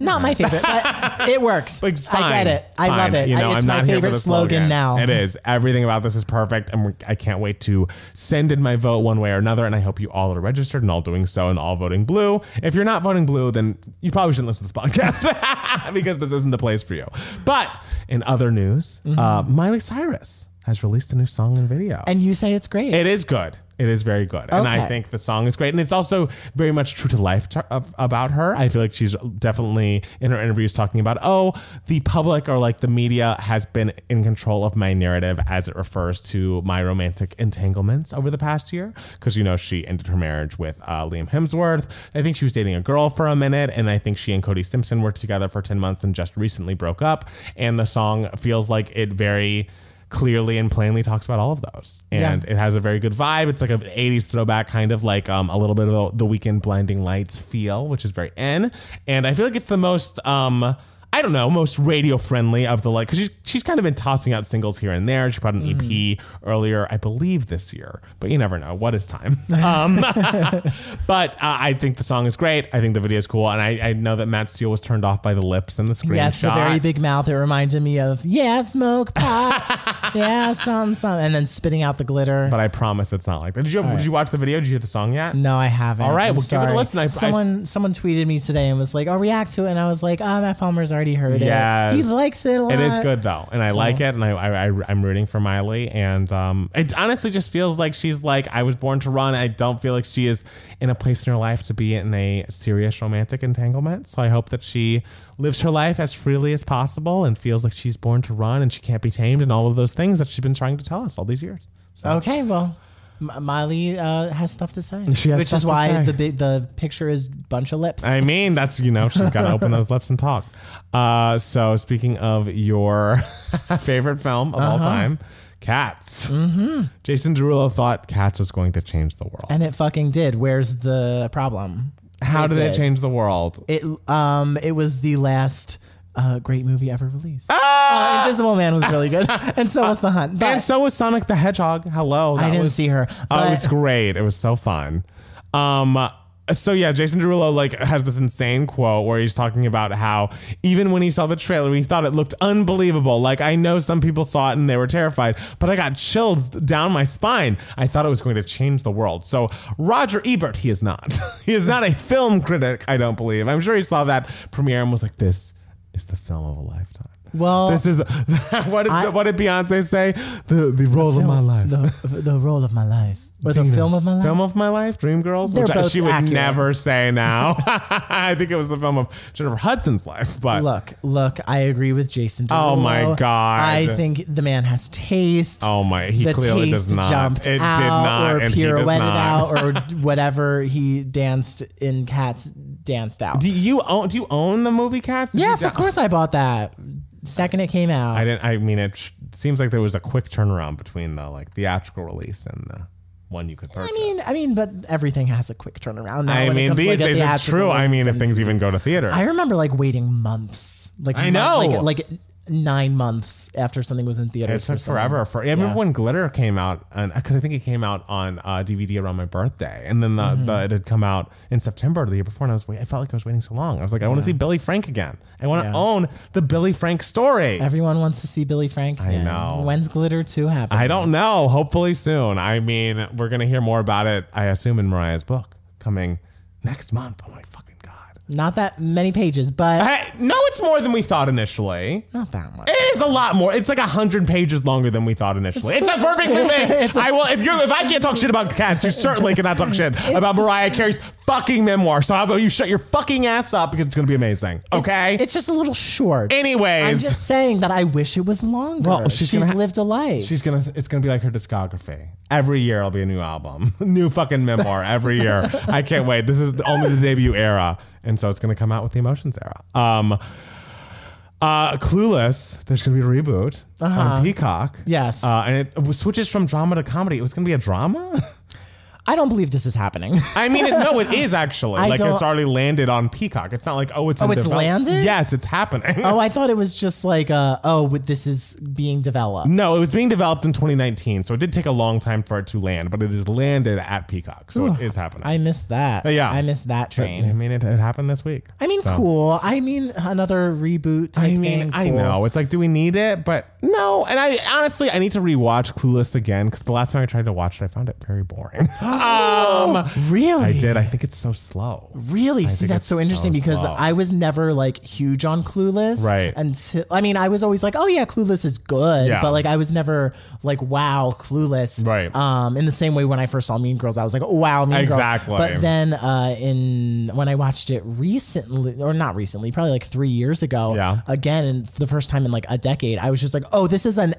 Speaker 1: Not my favorite, but it works.
Speaker 2: (laughs)
Speaker 1: I
Speaker 2: Like, fine,
Speaker 1: get it. I
Speaker 2: fine.
Speaker 1: love it.
Speaker 2: You know,
Speaker 1: I, it's
Speaker 2: I'm
Speaker 1: my
Speaker 2: not here for
Speaker 1: favorite
Speaker 2: the
Speaker 1: slogan now.
Speaker 2: It is. Everything about this is perfect, and we're, I can't wait to send in my vote one way or another. And I hope you all are registered and all doing so and all voting blue. If you're not voting blue, then you probably shouldn't listen to this podcast (laughs) because this isn't the place for you. But in other news,
Speaker 1: Mm-hmm.
Speaker 2: uh, Miley Cyrus has released a new song and video.
Speaker 1: And you say it's great.
Speaker 2: It is good. It is very good. And I
Speaker 1: Okay.
Speaker 2: think the song is great. And it's also very much true to life to, of- about her. I feel like she's definitely in her interviews talking about, oh, the public or like the media has been in control of my narrative as it refers to my romantic entanglements over the past year. Because, you know, she ended her marriage with uh, Liam Hemsworth. I think she was dating a girl for a minute. And I think she and Cody Simpson were together for 10 months and just recently broke up. And the song feels like it very clearly and plainly talks about all of those. And it has a very good vibe. It's like an 80s throwback, kind of like um, a little bit of the weekend blinding lights feel, which is very N. And I feel like it's the most. Um, I don't know, most radio friendly of the like, because she's, she's kind of been tossing out singles here and there. She put out an
Speaker 1: Mm.
Speaker 2: EP earlier, I believe, this year, but you never know. What is time? (laughs) Um, but uh, I think the song is great. I think the video is cool. And I, I know that Matt Steele was turned off by the lips and the screenshot.
Speaker 1: Yes, the very big mouth. It reminded me of yeah, smoke
Speaker 2: (laughs)
Speaker 1: pot, yeah, some some, and then spitting out the glitter.
Speaker 2: But I promise it's not like that. Did you did you watch the video? Did you hear the song yet?
Speaker 1: No, I haven't.
Speaker 2: All right,
Speaker 1: I'm
Speaker 2: well, give it a
Speaker 1: sorry.
Speaker 2: listen. I- I-
Speaker 1: someone someone tweeted me today and was like, "I'll react to it," and I was like, "Ah, Matt Palmer's already heard
Speaker 2: Yes.
Speaker 1: it. He likes it a lot.
Speaker 2: It is good though, and I like it, and I, I, I I'm rooting for Miley, and um, it honestly just feels like she's like I was born to run. I don't feel like she is in a place in her life to be in a serious romantic entanglement. So I hope that she lives her life as freely as possible and feels like she's born to run and she can't be tamed and all of those things that she's been trying to tell us all these years. So
Speaker 1: Okay, well, M- Miley uh, has stuff to say.
Speaker 2: She has
Speaker 1: which
Speaker 2: stuff
Speaker 1: is
Speaker 2: to
Speaker 1: why
Speaker 2: say.
Speaker 1: the big the picture is bunch of lips.
Speaker 2: I mean, that's you know she's got to open those lips and talk. Uh, so speaking of your (laughs) favorite film of all
Speaker 1: Uh-huh.
Speaker 2: time, Cats. Mm-hmm. Jason Derulo thought Cats was going to change the world.
Speaker 1: and it fucking did. Where's the problem?
Speaker 2: How
Speaker 1: it
Speaker 2: did
Speaker 1: did.
Speaker 2: it change the world?
Speaker 1: It um it was the last uh, great movie ever released. Uh, Invisible Man was really
Speaker 2: (laughs)
Speaker 1: good, and so was The Hunt. But
Speaker 2: Ah! and so was Sonic the Hedgehog. Hello,
Speaker 1: I
Speaker 2: that
Speaker 1: didn't
Speaker 2: was-
Speaker 1: see her.
Speaker 2: Oh,
Speaker 1: but-
Speaker 2: it was (laughs) great. It was so fun. Um, so yeah, Jason Derulo like has this insane quote where he's talking about how even when he saw the trailer, he thought it looked unbelievable. Like I know some people saw it and they were terrified, but I got chills down my spine. I thought it was going to change the world. So Roger Ebert, he is not. (laughs) he is not a film critic. I don't believe. I'm sure he saw that premiere and was like, "This is the film of a lifetime."
Speaker 1: Well-
Speaker 2: this is (laughs) what did what did Beyonce say? The the role of my life.
Speaker 1: the, the role of my life. Or the film of my life.
Speaker 2: Film of my life, Dreamgirls,
Speaker 1: They're
Speaker 2: which I,
Speaker 1: both
Speaker 2: she would
Speaker 1: accurate.
Speaker 2: never say now. (laughs) I think it was the film of Jennifer Hudson's life,
Speaker 1: (laughs)
Speaker 2: but
Speaker 1: Look, look, I agree with Jason.
Speaker 2: Oh my
Speaker 1: Derulo.
Speaker 2: God.
Speaker 1: I think the man has taste.
Speaker 2: oh my, he
Speaker 1: the
Speaker 2: clearly
Speaker 1: taste
Speaker 2: does not.
Speaker 1: jumped
Speaker 2: it
Speaker 1: out
Speaker 2: did not,
Speaker 1: or
Speaker 2: and he does
Speaker 1: pirouetted
Speaker 2: not.
Speaker 1: out or
Speaker 2: (laughs)
Speaker 1: whatever he danced in Cats danced out.
Speaker 2: Do you own? Do you own the movie Cats? Did you
Speaker 1: yes,
Speaker 2: do-
Speaker 1: of course I bought that. Second it came out.
Speaker 2: I didn't. I mean, it sh- seems like there was a quick turnaround between the like theatrical release and the one you could purchase.
Speaker 1: I mean, I mean, but everything has a quick turnaround. Now
Speaker 2: I
Speaker 1: when it
Speaker 2: mean,
Speaker 1: comes to,
Speaker 2: these
Speaker 1: like, a
Speaker 2: days it's
Speaker 1: theatrical
Speaker 2: true. I mean, if
Speaker 1: release and-
Speaker 2: things even go to theater,
Speaker 1: I remember like waiting months, like
Speaker 2: I
Speaker 1: mon-
Speaker 2: know.
Speaker 1: like like nine months after something was in
Speaker 2: It
Speaker 1: theaters.
Speaker 2: took
Speaker 1: for someone.
Speaker 2: forever. For I remember when Glitter came out, because I think it came out on uh, DVD around my birthday, and then the, the, it had come out in September the year before, and I was wait, I felt like I was waiting so long. I was like, I want to see Billy Frank again. I want to own the Billy Frank story.
Speaker 1: Everyone wants to see Billy Frank. I
Speaker 2: know.
Speaker 1: When's Glitter Two happen?
Speaker 2: I don't know. Hopefully soon. I mean, we're gonna hear more about it. I assume in Mariah's book coming next month. Oh my fucking god!
Speaker 1: Not that many pages, but
Speaker 2: Hey, no, it's more than we thought initially.
Speaker 1: not that much.
Speaker 2: It is a lot more. It's like a hundred pages longer than we thought initially. It's, a
Speaker 1: (laughs)
Speaker 2: perfect movie. I will if you if I can't talk shit about cats, you certainly cannot talk shit about Mariah Carey's fucking memoir. So how about you shut your fucking ass up because it's gonna be amazing. Okay.
Speaker 1: It's just a little short. I'm
Speaker 2: Anyways,
Speaker 1: just saying that I wish it was longer.
Speaker 2: Well, she's
Speaker 1: she's
Speaker 2: gonna ha-
Speaker 1: lived a life.
Speaker 2: she's gonna it's gonna be like her discography. Every year it'll be a new album, (laughs) new fucking memoir every year. I can't wait. This is only the debut era, and so it's gonna come out with the emotions era. Um. Uh, Clueless, there's gonna be a reboot
Speaker 1: Uh-huh.
Speaker 2: on Peacock.
Speaker 1: Yes.
Speaker 2: uh, and it was- switches from drama to comedy. It was gonna be
Speaker 1: (laughs)
Speaker 2: a drama.
Speaker 1: I don't believe this is
Speaker 2: (laughs)
Speaker 1: happening. (laughs)
Speaker 2: I mean, it, no, it is actually.
Speaker 1: I
Speaker 2: like
Speaker 1: don't-
Speaker 2: it's already landed on Peacock. It's not like oh, it's
Speaker 1: Oh,
Speaker 2: in
Speaker 1: it's landed?
Speaker 2: Yes, it's happening.
Speaker 1: oh, I thought it was just like, uh, oh, with- this is being developed.
Speaker 2: (laughs) No, it was being developed in 2019, so it did take a long time for it to land, but it is landed at Peacock, so it is happening.
Speaker 1: I missed that.
Speaker 2: Uh, Yeah.
Speaker 1: I missed that train.
Speaker 2: I mean, it, it happened this week.
Speaker 1: I mean,
Speaker 2: so.
Speaker 1: cool. I mean, another reboot. Type
Speaker 2: I mean,
Speaker 1: thing,
Speaker 2: I
Speaker 1: cool.
Speaker 2: know it's like, do we need it? But no. And I honestly, I need to rewatch Clueless again because the last time I tried to watch it, I found it
Speaker 1: (gasps)
Speaker 2: very boring. um,
Speaker 1: Really,
Speaker 2: I did. I think it's so slow.
Speaker 1: Really? See,
Speaker 2: think
Speaker 1: that's
Speaker 2: it's
Speaker 1: so interesting
Speaker 2: so
Speaker 1: because
Speaker 2: slow.
Speaker 1: I was never like huge on Clueless.
Speaker 2: Right.
Speaker 1: Until I mean, I was always like, oh yeah, Clueless is good,
Speaker 2: Yeah.
Speaker 1: but like I was never like, wow, Clueless.
Speaker 2: Right.
Speaker 1: Um, in the same way when I first saw Mean Girls, I was like, "Oh, wow, Mean
Speaker 2: Exactly.
Speaker 1: Girls. But then uh, in when I watched it recently, or not recently, probably like three years ago.
Speaker 2: Yeah.
Speaker 1: Again, and for the first time in like a decade, I was just like, oh, this is an.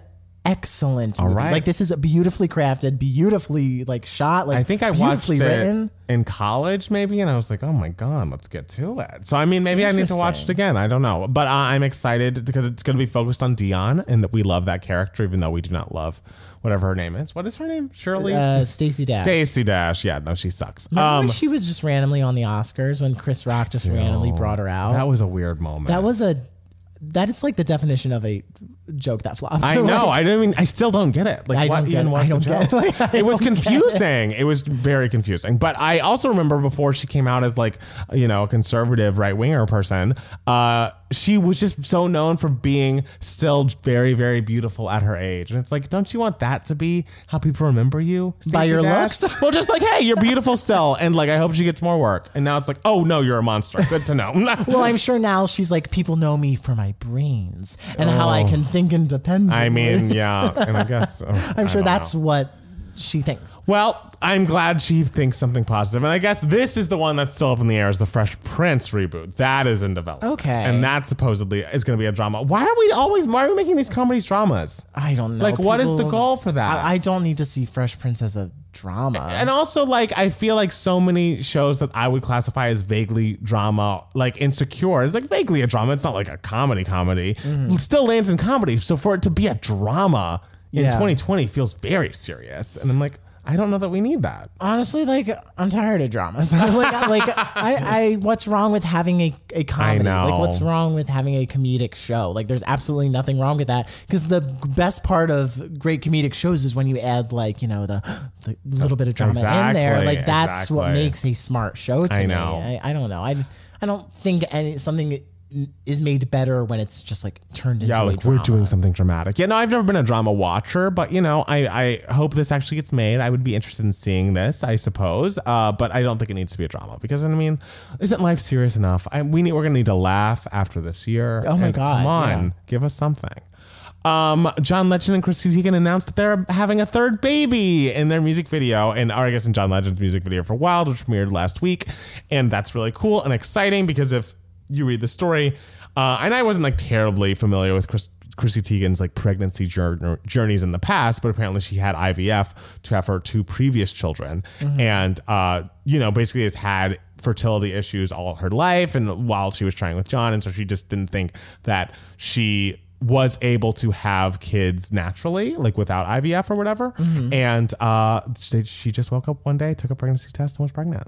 Speaker 1: Excellent movie.
Speaker 2: right.
Speaker 1: Like this is beautifully crafted, beautifully like shot. Like
Speaker 2: I think I watched
Speaker 1: beautifully
Speaker 2: it
Speaker 1: written.
Speaker 2: in college, maybe, and I was like, "Oh my god, let's get to it." So I mean, maybe I need to watch it again. I don't know, but uh, I'm excited because it's going to be focused on Dion, and that we love that character, even though we do not love whatever her name is. What is her name? Shirley
Speaker 1: Uh, Stacy Dash.
Speaker 2: Stacy Dash. Yeah, no, she sucks.
Speaker 1: Remember
Speaker 2: Um,
Speaker 1: when she was just randomly on the Oscars when Chris Rock just randomly brought her out.
Speaker 2: that was a weird moment.
Speaker 1: That was a that is like the definition of a joke that flopped. (laughs)
Speaker 2: I know. I don't even. I still don't get it. Like,
Speaker 1: I
Speaker 2: what
Speaker 1: don't get
Speaker 2: even
Speaker 1: it.
Speaker 2: was
Speaker 1: I
Speaker 2: the
Speaker 1: don't get it. (laughs)
Speaker 2: joke?
Speaker 1: Like, I
Speaker 2: (laughs) it was
Speaker 1: don't get it.
Speaker 2: confusing. It. was very confusing. But I also remember before she came out as like you know a conservative right winger person, uh, she was just so known for being still very very beautiful at her age. And it's like, don't you want that to be how people remember you
Speaker 1: By
Speaker 2: Stacey
Speaker 1: your
Speaker 2: Dash?
Speaker 1: looks?
Speaker 2: (laughs) well, just like, hey, you're beautiful still, and like I hope she gets more work. And now it's like, oh no, you're a monster. Good to know. (laughs)
Speaker 1: well, I'm sure now she's like people know me for my brains and how I can think independently.
Speaker 2: Oh. I mean, yeah, and I guess
Speaker 1: (laughs) I'm sure
Speaker 2: that's.
Speaker 1: that's what she thinks.
Speaker 2: Well, I'm glad she thinks something positive. And I guess this is the one that's still up in the air is the Fresh Prince reboot. That is in development.
Speaker 1: Okay.
Speaker 2: And that supposedly is going to be a drama. Why are we always, why are we making these comedies dramas?
Speaker 1: I don't know.
Speaker 2: Like, what is the
Speaker 1: People-
Speaker 2: goal for that?
Speaker 1: I, I don't need to see Fresh Prince as a drama.
Speaker 2: and also, like, I feel like so many shows that I would classify as vaguely drama, like Insecure, is like vaguely a drama. It's not like a comedy comedy.
Speaker 1: Mm.
Speaker 2: It still lands in comedy. So for it to be a drama in
Speaker 1: Yeah.
Speaker 2: 2020 feels very serious. And I'm like, I don't know that we need that.
Speaker 1: Honestly, like I'm tired of dramas. (laughs) like, like I, I, what's wrong with having a, a comedy?
Speaker 2: know.
Speaker 1: Like, what's wrong with having a comedic show? Like, there's absolutely nothing wrong with that. Because the best part of great comedic shows is when you add like you know the, the little bit of drama in there.
Speaker 2: Exactly,
Speaker 1: Like that's what
Speaker 2: exactly.
Speaker 1: makes a smart show. To
Speaker 2: I
Speaker 1: me.
Speaker 2: know.
Speaker 1: I, I don't know. I, I don't think any something is made better when it's just like turned into
Speaker 2: Yeah,
Speaker 1: a
Speaker 2: like
Speaker 1: drama.
Speaker 2: we're doing something dramatic. Yeah, no, I've never been a drama watcher, but you know, I, I hope this actually gets made. I would be interested in seeing this, I suppose. Uh, but I don't think it needs to be a drama because I mean, isn't life serious enough? I, we need, we're gonna need to laugh after this year.
Speaker 1: Oh my
Speaker 2: And
Speaker 1: God,
Speaker 2: Come on,
Speaker 1: yeah.
Speaker 2: give us something. Um, John Legend and Chrissy Teigen announced that they're having a third baby in their music video, and or I guess in John Legend's music video for Wild, which premiered last week, and that's really cool and exciting because if you read the story, uh, and I wasn't like terribly familiar with Chris, Chrissy Teigen's like pregnancy jour- journeys in the past, but apparently she had IVF to have her two previous children,
Speaker 1: Mm-hmm.
Speaker 2: and uh, you know basically has had fertility issues all her life, and while she was trying with John, and so she just didn't think that she was able to have kids naturally, like without IVF or whatever,
Speaker 1: Mm-hmm.
Speaker 2: and uh, she- she just woke up one day, took a pregnancy test, and was pregnant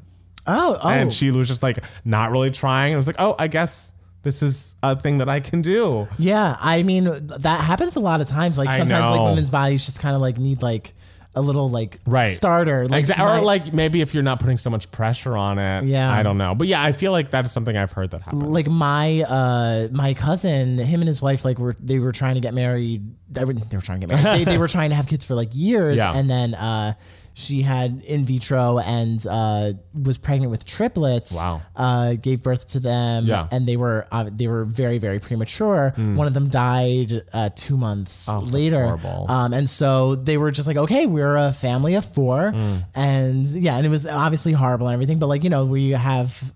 Speaker 1: Oh, oh.
Speaker 2: and she was just like not really trying. And I was like, oh, I guess this is a thing that I can do.
Speaker 1: yeah. I mean, that happens a lot of times. Like
Speaker 2: I
Speaker 1: sometimes, like
Speaker 2: know.
Speaker 1: women's bodies just kind of like need like a little like
Speaker 2: Right.
Speaker 1: starter. Like,
Speaker 2: Exactly.
Speaker 1: my-
Speaker 2: Or like maybe if you're not putting so much pressure on it.
Speaker 1: Yeah.
Speaker 2: I don't know. But yeah, I feel like that is something I've heard that happens.
Speaker 1: like my uh my cousin him and his wife like were they were trying to get married they were, they were trying to get married they, they
Speaker 2: (laughs)
Speaker 1: were trying to have kids for like years
Speaker 2: Yeah.
Speaker 1: and then uh she had in vitro and uh was pregnant with triplets
Speaker 2: Wow.
Speaker 1: uh gave birth to them
Speaker 2: Yeah. Hmm.
Speaker 1: and they were uh, they were very very premature one of them died uh 2 months
Speaker 2: Oh, that's
Speaker 1: later
Speaker 2: horrible.
Speaker 1: um, and so they were just like, okay, we're a family of four.
Speaker 2: Mm.
Speaker 1: And yeah, and it was obviously horrible and everything, but like, you know, we have,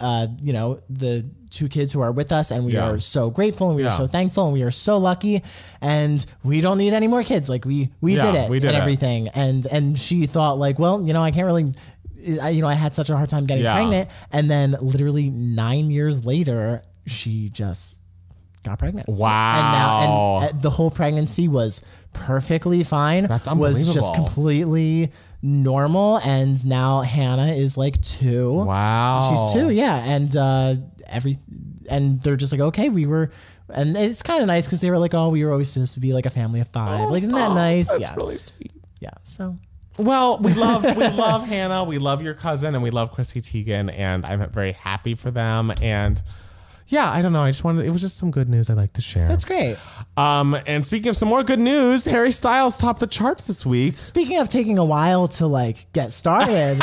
Speaker 1: uh, you know, the two kids who are with us and we
Speaker 2: Yeah.
Speaker 1: are so grateful and we are
Speaker 2: Yeah.
Speaker 1: so thankful and we are so lucky and we don't need any more kids. Like we, we
Speaker 2: Yeah,
Speaker 1: did it
Speaker 2: we did
Speaker 1: and
Speaker 2: it.
Speaker 1: everything. And, and she thought like, well, you know, I can't really, I, you know, I had such a hard time getting
Speaker 2: Yeah.
Speaker 1: pregnant. And then literally nine years later, she just got pregnant.
Speaker 2: Wow.
Speaker 1: And now, and uh, the whole pregnancy was perfectly fine.
Speaker 2: That's
Speaker 1: Was just
Speaker 2: unbelievable.
Speaker 1: completely normal, and now Hannah is like two.
Speaker 2: wow.
Speaker 1: She's two, yeah, and uh, every, and they're just like, okay, we were, and it's kind of nice because they were like, oh, we were always supposed to be like a family of five. like, isn't that nice?
Speaker 2: Oh, That's
Speaker 1: yeah,
Speaker 2: really sweet.
Speaker 1: yeah. So
Speaker 2: Well, we love
Speaker 1: (laughs)
Speaker 2: we love Hannah, we love your cousin, and we love Chrissy Teigen, and I'm very happy for them. And yeah, I don't know. I just wanted it was just some good news I like to share.
Speaker 1: that's great.
Speaker 2: um, and speaking of some more good news, Harry Styles topped the charts this week.
Speaker 1: Speaking of taking a while to like get
Speaker 2: (laughs)
Speaker 1: started,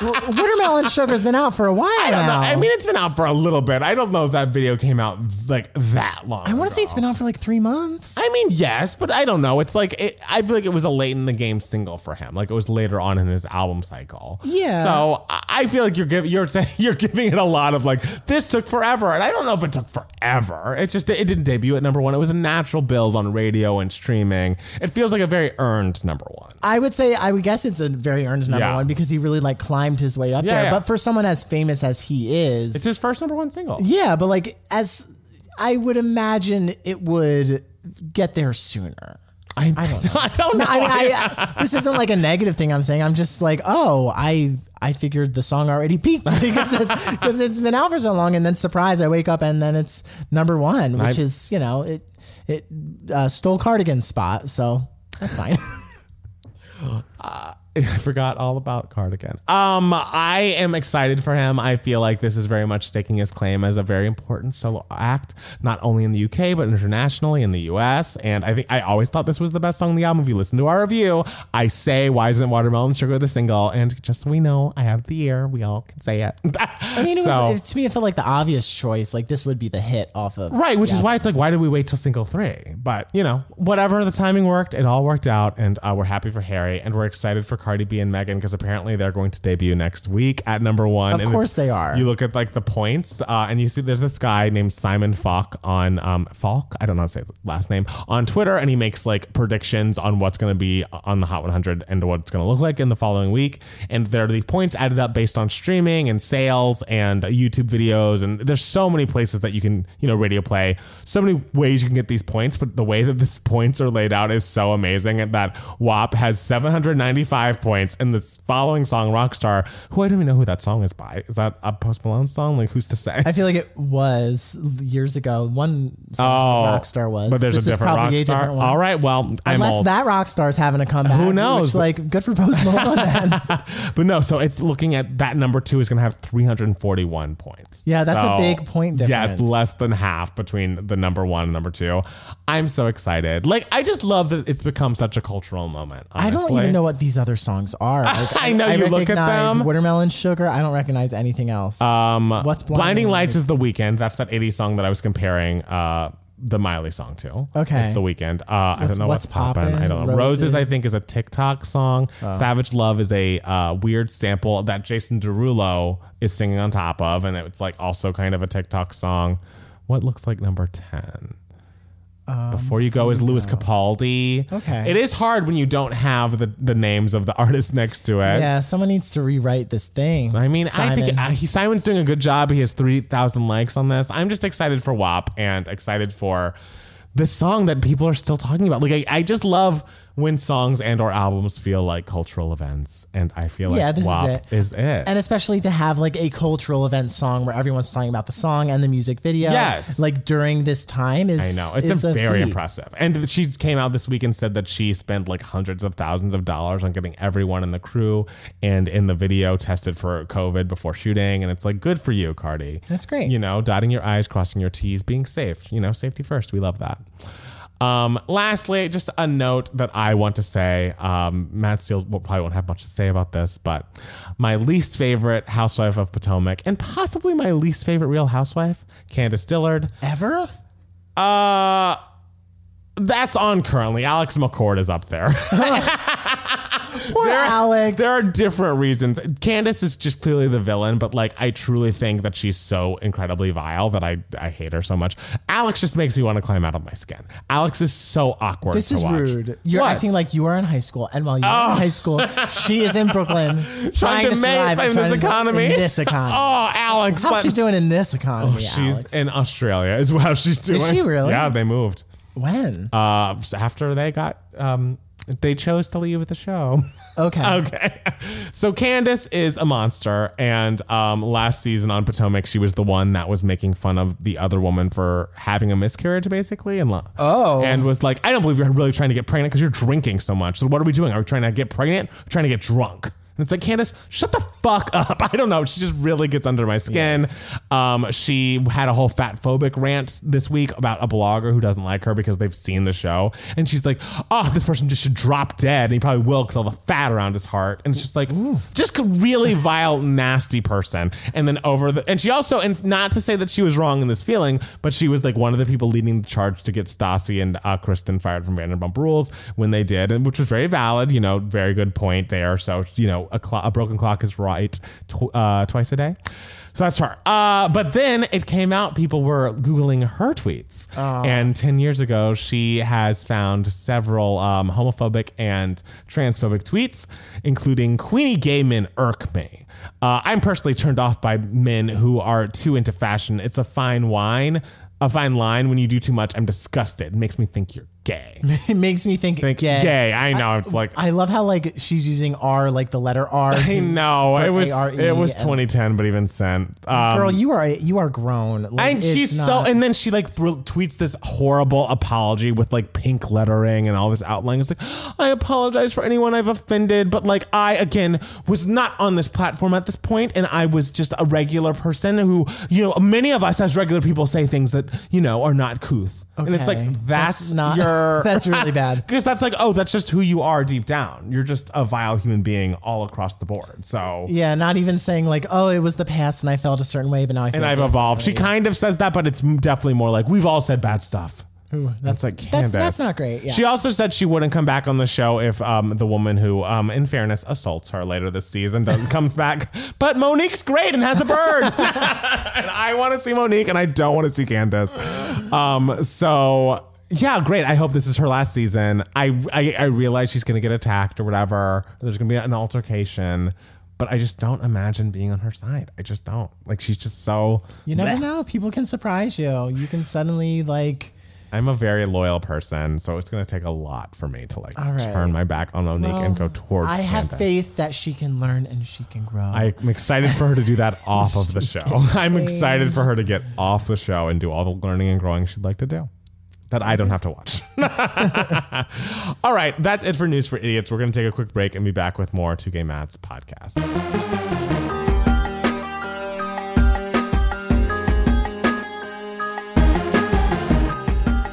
Speaker 1: w- watermelon sugar's been out for a while
Speaker 2: I don't know.
Speaker 1: now.
Speaker 2: I mean, it's been out for a little bit. I don't know if that video came out like that long.
Speaker 1: I want to say it's been out for like three months.
Speaker 2: I mean, yes, but I don't know. It's like it, I feel like it was a late in the game single for him. Like it was later on in his album cycle.
Speaker 1: Yeah.
Speaker 2: So I I feel like you're giving you're saying (laughs) you're giving it a lot of like this took forever, and I don't know if it took forever. It just it didn't debut at number one. It was a natural build on radio and streaming. It feels like a very earned number one.
Speaker 1: I would say I would guess it's a very earned number
Speaker 2: Yeah.
Speaker 1: one because he really like climbed his way up
Speaker 2: Yeah,
Speaker 1: there.
Speaker 2: yeah.
Speaker 1: But for someone as famous as he is,
Speaker 2: It's his first number one single.
Speaker 1: yeah. But like as I would imagine, it would get there sooner.
Speaker 2: I, (laughs) I don't know. I don't know.
Speaker 1: I mean, I, this isn't like a negative thing. I'm saying I'm just like, oh, I I figured the song already peaked (laughs) because it's, because it's been out for so long, and then surprise, I wake up and then it's number one, which
Speaker 2: I-
Speaker 1: is you know it it uh, stole Cardigan's spot, so that's fine. (laughs)
Speaker 2: (laughs) I forgot all about Cardigan. Um, I am excited for him. I feel like this is very much staking his claim as a very important solo act, not only in the UK but internationally in the US. And I think I always thought this was the best song on the album. If you listen to our review, I say, "Why isn't Watermelon Sugar the single?" And just so we know, I have the ear. We all can say it. (laughs)
Speaker 1: I mean, it
Speaker 2: So-
Speaker 1: was, it- to me, it felt like the obvious choice. Like this would be the hit off of.
Speaker 2: Right, which is why it's like, why did we wait till single three? But you know, whatever the timing worked, it all worked out, and uh, we're happy for Harry, and we're excited for Cardi B and Megan because apparently they're going to debut next week at number one.
Speaker 1: Of
Speaker 2: And
Speaker 1: course
Speaker 2: if
Speaker 1: they are.
Speaker 2: You look at like the points, uh, and you see there's this guy named Simon Falk on um, Falk. I don't know how to say his last name on Twitter, and he makes like predictions on what's going to be on the Hot 100 and what it's going to look like in the following week. And there are these points added up based on streaming and sales and YouTube videos, and there's so many places that you can, you know, radio play. So many ways you can get these points, but the way that these (laughs) points are laid out is so amazing. And that WAP has 795 points, and this following song, Rockstar, who I don't even know who that song is by. Is that a Post Malone song? Like, who's to say?
Speaker 1: I feel like it was years ago. One
Speaker 2: Oh,
Speaker 1: song Rockstar was,
Speaker 2: But there's
Speaker 1: This
Speaker 2: a
Speaker 1: is
Speaker 2: different rock
Speaker 1: probably
Speaker 2: star.
Speaker 1: a different one.
Speaker 2: All right, well, I'm
Speaker 1: Unless
Speaker 2: old.
Speaker 1: that Rockstar's having a comeback.
Speaker 2: Who knows?
Speaker 1: Which, like, good for Post Malone (laughs) then.
Speaker 2: (laughs) but no, so it's looking at that number two is going to have 341 points.
Speaker 1: Yeah, that's a
Speaker 2: So,
Speaker 1: big point
Speaker 2: Yes,
Speaker 1: difference.
Speaker 2: less than half between the number one and number two. I'm so excited. Like, I just love that it's become such a cultural moment.
Speaker 1: I don't
Speaker 2: honestly.
Speaker 1: even know what these other songs (laughs) are. Like,
Speaker 2: I know, you look at
Speaker 1: recognize
Speaker 2: them.
Speaker 1: Watermelon Sugar. I don't recognize anything else. Um, What's
Speaker 2: Blinding
Speaker 1: Lights?
Speaker 2: Lights is the weekend. That's that 80s song that I was comparing. Uh, the Miley song too.
Speaker 1: Okay.
Speaker 2: it's the weekend. Uh, I
Speaker 1: What's-
Speaker 2: don't know
Speaker 1: what's
Speaker 2: what's, poppin'.
Speaker 1: poppin',
Speaker 2: I don't know.
Speaker 1: Roses. Oh.
Speaker 2: Roses, I think, is a TikTok song. Savage Love is a uh, weird sample that Jason Derulo is singing on top of, and it's like also kind of a TikTok song. What looks like number ten?
Speaker 1: Um,
Speaker 2: Before you go is Louis Capaldi.
Speaker 1: Okay.
Speaker 2: it is hard when you don't have the, the names of the (laughs) artists next to it.
Speaker 1: Yeah, someone needs to rewrite this thing.
Speaker 2: I mean, I
Speaker 1: Simon.
Speaker 2: think uh, he, Simon's doing a good job. He has 3,000 likes on this. I'm just excited for WAP and excited for this song that people are still talking about. Like, I, I just love when songs and or albums feel like cultural events. And I feel like
Speaker 1: Yeah, this is
Speaker 2: WAP
Speaker 1: it.
Speaker 2: is it.
Speaker 1: and especially to have like a cultural event song where everyone's talking about the song and the music video.
Speaker 2: Yes.
Speaker 1: like during this time is
Speaker 2: I know. It's
Speaker 1: is
Speaker 2: a very
Speaker 1: feat.
Speaker 2: impressive. And she came out this week and said that she spent like hundreds of thousands of dollars on getting everyone in the crew and in the video tested for COVID before shooting. And it's like, good for you, Cardi.
Speaker 1: That's great.
Speaker 2: You know, dotting your I's, crossing your T's, being safe. You know, safety first. We love that. Um, lastly, just a note that I want to say. Um, Matt Steele will- probably won't have much to say about this, but my least favorite housewife of Potomac and possibly my least favorite real housewife, Candace Dillard.
Speaker 1: Ever?
Speaker 2: Uh, that's on currently. Alex McCord is up there. (laughs)
Speaker 1: Poor Alex.
Speaker 2: there are different reasons. Candace is just clearly the villain, but like I truly think that she's so incredibly vile that I I hate her so much. Alex just makes me want to climb out of my skin. Alex is so awkward.
Speaker 1: This
Speaker 2: to
Speaker 1: is
Speaker 2: watch.
Speaker 1: rude. You're
Speaker 2: What? Oh.
Speaker 1: acting like you are in high school, and while you're in high school, she is in Brooklyn trying,
Speaker 2: (laughs) trying to
Speaker 1: survive
Speaker 2: make
Speaker 1: and
Speaker 2: in
Speaker 1: trying
Speaker 2: this
Speaker 1: to-
Speaker 2: economy.
Speaker 1: In
Speaker 2: (laughs)
Speaker 1: this economy,
Speaker 2: oh, Alex.
Speaker 1: how's
Speaker 2: let-
Speaker 1: she doing in this economy?
Speaker 2: She's
Speaker 1: Alex?
Speaker 2: in Australia. Is how she's doing.
Speaker 1: she really?
Speaker 2: Yeah, they moved.
Speaker 1: when?
Speaker 2: Uh, after they got um, they chose to leave the show. (laughs)
Speaker 1: okay.
Speaker 2: Okay. So Candace is a monster. And um, last season on Potomac, she was the one that was making fun of the other woman for having a miscarriage, basically. And
Speaker 1: Oh.
Speaker 2: And was like, I don't believe you're really trying to get pregnant because you're drinking so much. So what are we doing? Are we trying to get pregnant? We're trying to get drunk. And it's like, Candace, shut the fuck up. (laughs) I don't know. She just really gets under my skin. Um, she had a whole fat phobic rant this week about a blogger who doesn't like her because they've seen the show. And she's like, oh, this person just should drop dead. And he probably will because all the fat around his heart. And it's just like, just a really vile, nasty person. And then over the, and she also, and not to say that she was wrong in this feeling, but she was like one of the people leading the charge to get Stassi and uh, Kristen fired from Vanderpump Rules when they did, and which was very valid, you know, very good point there. So, you know, a, clo- a broken clock is right tw- uh, twice a day. So that's her. Uh, but then it came out people were Googling her tweets. And 10 years ago, she has found several um, homophobic and transphobic tweets, including Queenie gay men irk me. Uh, I'm personally turned off by men who are too into fashion. It's a fine wine, a fine line. When you do too much, I'm disgusted. It makes me think you're gay.
Speaker 1: (laughs) It makes me think,
Speaker 2: Think
Speaker 1: gay.
Speaker 2: gay. I know. it's like,
Speaker 1: I love how like she's using R like the letter R.
Speaker 2: I know.
Speaker 1: for
Speaker 2: It was,
Speaker 1: ARE,
Speaker 2: it was
Speaker 1: and-
Speaker 2: 2010, but even sent. Um,
Speaker 1: Girl, you are you are grown. Like,
Speaker 2: and she's
Speaker 1: it's
Speaker 2: so
Speaker 1: not-
Speaker 2: and then she like br- tweets this horrible apology with like pink lettering and all this outlining it's like i apologize for anyone i've offended but like i again was not on this platform at this point and i was just a regular person who you know many of us as regular people say things that you know are not couth and it's like
Speaker 1: Okay.
Speaker 2: (laughs) that's,
Speaker 1: not
Speaker 2: not your
Speaker 1: that's really bad.
Speaker 2: because that's like oh that's just who you are deep down you're just a vile human being all across the board so
Speaker 1: Yeah, not even saying like, oh, it was the past and I felt a certain way, but now I feel
Speaker 2: and I've
Speaker 1: different.
Speaker 2: evolved. She kind of says that, but it's definitely more like we've all said bad stuff.
Speaker 1: that's-
Speaker 2: that's like
Speaker 1: that's-
Speaker 2: Candace.
Speaker 1: that's not great, yeah.
Speaker 2: She also said she wouldn't come back on the show if um, the woman who, um, in fairness, assaults her later this season does, (laughs) comes back. But Monique's great and has a bird, (laughs) and I want to see Monique, and I don't want to see Candace. Um, so. Yeah, great. I hope this is her last season. I I, I realize she's gonna get attacked or whatever. There's gonna be an altercation, but I just don't imagine being on her side. I just don't. Like she's just so
Speaker 1: You never know. People can surprise you. You can suddenly like
Speaker 2: I'm a very loyal person, so it's gonna take a lot for me to like
Speaker 1: right.
Speaker 2: turn my back on Monique and go towards.
Speaker 1: I have
Speaker 2: Candace.
Speaker 1: faith that she can learn and she can grow.
Speaker 2: I'm excited for her to
Speaker 1: (laughs)
Speaker 2: do that off of the show. (laughs) I'm excited for her to get off the show and do all the learning and growing she'd like to do. That I don't have to watch. (laughs) all right, that's it for News for Idiots. We're going to take a quick break and be back with more 2 Gay Mats podcast.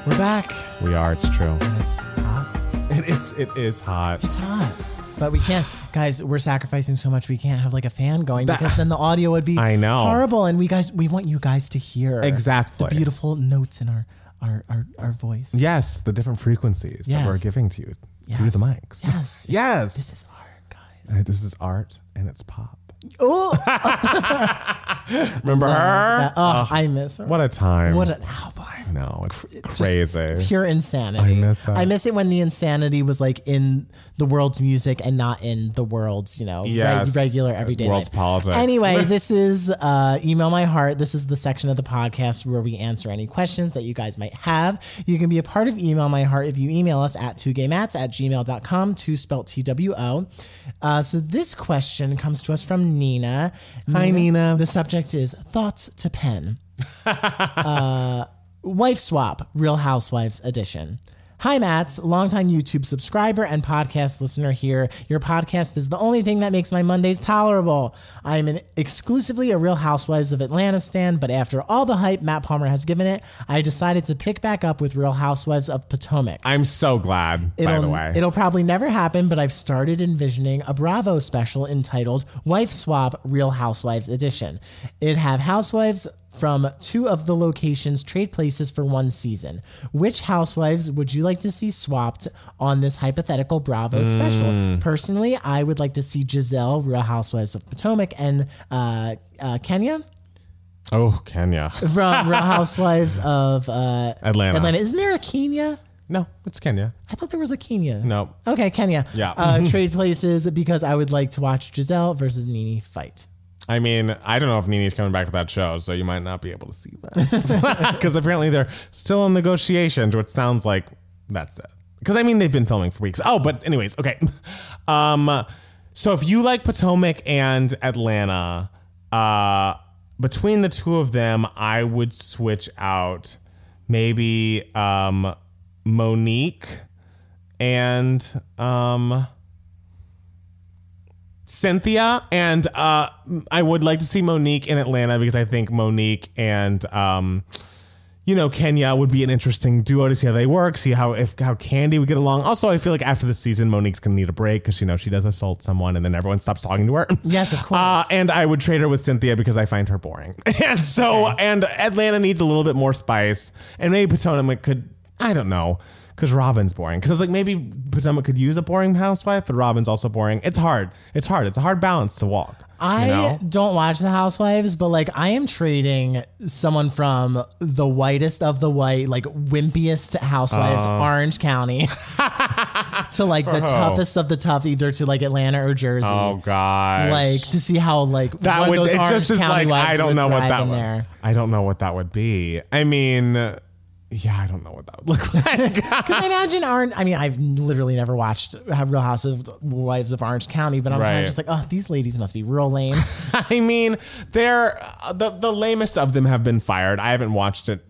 Speaker 1: We're back.
Speaker 2: We are, it's
Speaker 1: (laughs)
Speaker 2: true.
Speaker 1: It's hot.
Speaker 2: It is it is hot.
Speaker 1: It's hot. But we can't, guys. We're sacrificing so much. We can't have like a fan going
Speaker 2: That-
Speaker 1: because then the audio would be
Speaker 2: I know.
Speaker 1: horrible. And we guys, we want you guys to hear
Speaker 2: Exactly.
Speaker 1: the beautiful notes in our our our, our voice.
Speaker 2: Yes, the different frequencies that we're
Speaker 1: Yes.
Speaker 2: giving to you through
Speaker 1: Yes.
Speaker 2: the mics.
Speaker 1: Yes.
Speaker 2: Yes.
Speaker 1: This is art, guys.
Speaker 2: Uh, This is art and it's pop.
Speaker 1: Oh,
Speaker 2: (laughs) Remember her?
Speaker 1: oh, I miss her.
Speaker 2: What a time.
Speaker 1: What an album.
Speaker 2: no, it's crazy.
Speaker 1: Pure insanity.
Speaker 2: I miss that.
Speaker 1: I miss it when the insanity was like in the world's music and not in the world's, you know, reg-
Speaker 2: Yes.
Speaker 1: regular everyday
Speaker 2: World's
Speaker 1: life.
Speaker 2: politics. (laughs)
Speaker 1: Anyway, this is uh, Email My Heart. This is the section of the podcast where we answer any questions that you guys might have. You can be a part of Email My Heart if you email us at 2gaymats at gmail.com, 2 spelt T-W-O. Uh, so this question comes to us from Nina.
Speaker 2: Hi, Nina.
Speaker 1: The subject is Thoughts to Pen. Wife Swap, Real Housewives Edition. Hi, Mats, longtime YouTube subscriber and podcast listener here. Your podcast is the only thing that makes my Mondays tolerable. I'm an exclusively a Real Housewives of Atlanta stan, but after all the hype Matt Palmer has given it, I decided to pick back up with Real Housewives of Potomac.
Speaker 2: I'm so glad, by the way.
Speaker 1: Um, It'll probably never happen, but I've started envisioning a Bravo special entitled Wife Swap Real Housewives Edition. It'd have housewives from two of the locations trade places for one season. Which housewives would you like to see swapped on this hypothetical Bravo
Speaker 2: Hmm.
Speaker 1: special? Personally, I would like to see Giselle, Real Housewives of Potomac, and uh, uh, Kenya
Speaker 2: oh, Kenya.
Speaker 1: from
Speaker 2: (laughs)
Speaker 1: Real Housewives of uh,
Speaker 2: Atlanta.
Speaker 1: Atlanta. Isn't there a Kenya?
Speaker 2: No, it's Kenya.
Speaker 1: I thought there was a Kenya.
Speaker 2: No.
Speaker 1: Okay, Kenya.
Speaker 2: Yeah. (laughs)
Speaker 1: Uh, trade places because I would like to watch Giselle versus Nene fight.
Speaker 2: I mean, I don't know if Nini's coming back to that show, so you might not be able to see that. (laughs) Because apparently they're still in negotiations, which sounds like that's it. Because I mean, they've been filming for weeks. Oh, but anyways, okay. (laughs) Um, so if you like Potomac and Atlanta, uh, between the two of them, I would switch out maybe um, Monique and um, Cynthia and uh, I would like to see Monique in Atlanta because I think Monique and um, you know Kenya would be an interesting duo to see how they work, see how if how Candy would get along. Also, I feel like after this season, Monique's gonna need a break because you know she does assault someone and then everyone stops talking to her.
Speaker 1: Yes, of course.
Speaker 2: Uh, and I would trade her with Cynthia because I find her boring. (laughs) and so, and Atlanta needs a little bit more spice. And maybe Potomac could, I don't know, because Robin's boring. Because I was like, maybe Potomac could use a boring housewife, but Robin's also boring. It's hard. It's hard. It's a hard balance to walk.
Speaker 1: I
Speaker 2: you know?
Speaker 1: don't watch The Housewives, but like I am trading someone from the whitest of the white, like wimpiest housewives,
Speaker 2: Oh.
Speaker 1: Orange County, (laughs) to like the toughest of the tough, either to like Atlanta or Jersey.
Speaker 2: Oh, God.
Speaker 1: Like to see how like
Speaker 2: that
Speaker 1: one
Speaker 2: would,
Speaker 1: of those
Speaker 2: it's
Speaker 1: Orange
Speaker 2: just is
Speaker 1: County
Speaker 2: like,
Speaker 1: wives
Speaker 2: I don't
Speaker 1: would
Speaker 2: know what
Speaker 1: thrive
Speaker 2: that
Speaker 1: in
Speaker 2: would,
Speaker 1: there.
Speaker 2: I don't know what that would be. I mean, yeah, I don't know what that would look (laughs) like.
Speaker 1: Because I imagine Orange. I mean, I've literally never watched Real Housewives of Orange County, but I'm kind
Speaker 2: Right.
Speaker 1: of just like, oh, these ladies must be real lame. (laughs)
Speaker 2: (laughs) I mean, they're uh, the the lamest of them have been fired. I haven't watched it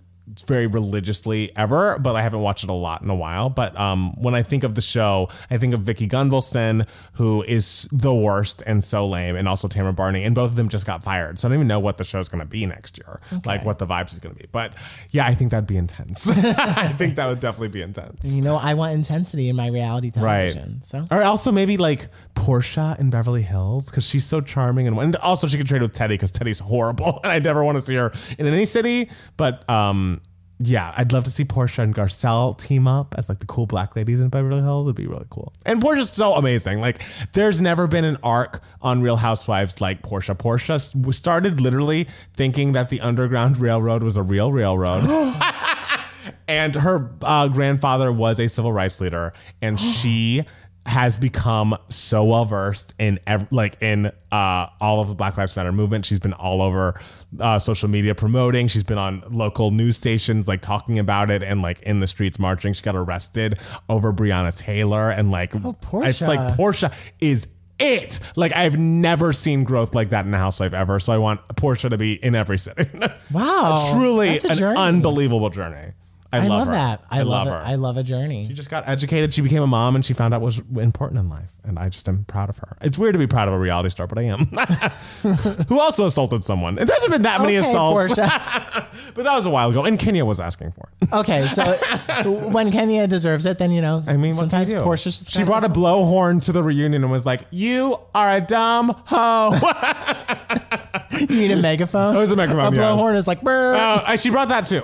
Speaker 2: very religiously ever, but I haven't watched it a lot in a while. But um, when I think of the show, I think of Vicky Gunvalson, who is the worst and so lame, and also Tamara Barney, and both of them just got fired. So I don't even know what the show's going to be next year, like what the vibes is going to be. But yeah, I think that'd be intense. (laughs) I think that would definitely be intense.
Speaker 1: you know, I want intensity in my reality
Speaker 2: Right.
Speaker 1: television. So
Speaker 2: Or also maybe like Portia in Beverly Hills because she's so charming and, and also she could trade with Teddy because Teddy's horrible (laughs) and I never want to see her in any city. But um, yeah, I'd love to see Portia and Garcelle team up as like the cool black ladies in Beverly Hills. Would be really cool. And Portia's so amazing. Like there's never been an arc on Real Housewives like Portia. Portia s- started literally thinking that the Underground Railroad was a real railroad. (gasps) And her uh, grandfather was a civil rights leader, and she has become so well versed in ev- like in uh, all of the Black Lives Matter movement. She's been all over uh, social media promoting. She's been on local news stations like talking about it and like in the streets marching. She got arrested over Breonna Taylor and like it's
Speaker 1: Portia.
Speaker 2: like Portia is. It like I've never seen growth like that in a housewife ever, so I want Portia to be in every city. (laughs)
Speaker 1: wow,
Speaker 2: truly
Speaker 1: Oh, that's a
Speaker 2: an
Speaker 1: journey.
Speaker 2: unbelievable journey. I,
Speaker 1: I
Speaker 2: love,
Speaker 1: love
Speaker 2: her.
Speaker 1: that. I, love,
Speaker 2: her.
Speaker 1: it. I love a journey.
Speaker 2: she just got educated. She became a mom, and she found out what was important in life. And I just am proud of her. It's weird to be proud of a reality star, but I (laughs) am. Who also assaulted someone? It hasn't been that many
Speaker 1: Okay,
Speaker 2: assaults,
Speaker 1: Portia.
Speaker 2: (laughs) but that was a while ago. And Kenya was asking for it.
Speaker 1: okay, so when Kenya deserves it, then you know.
Speaker 2: I mean, what can
Speaker 1: sometimes
Speaker 2: you do?
Speaker 1: Portia's just
Speaker 2: she
Speaker 1: kinda-
Speaker 2: brought a blowhorn to the reunion and was like, "You are a dumb hoe."
Speaker 1: You (laughs) need a megaphone.
Speaker 2: was a megaphone,
Speaker 1: A
Speaker 2: (laughs) yeah. (laughs) Oh,
Speaker 1: blowhorn is like. "Brr." (laughs)
Speaker 2: Uh, she brought that too.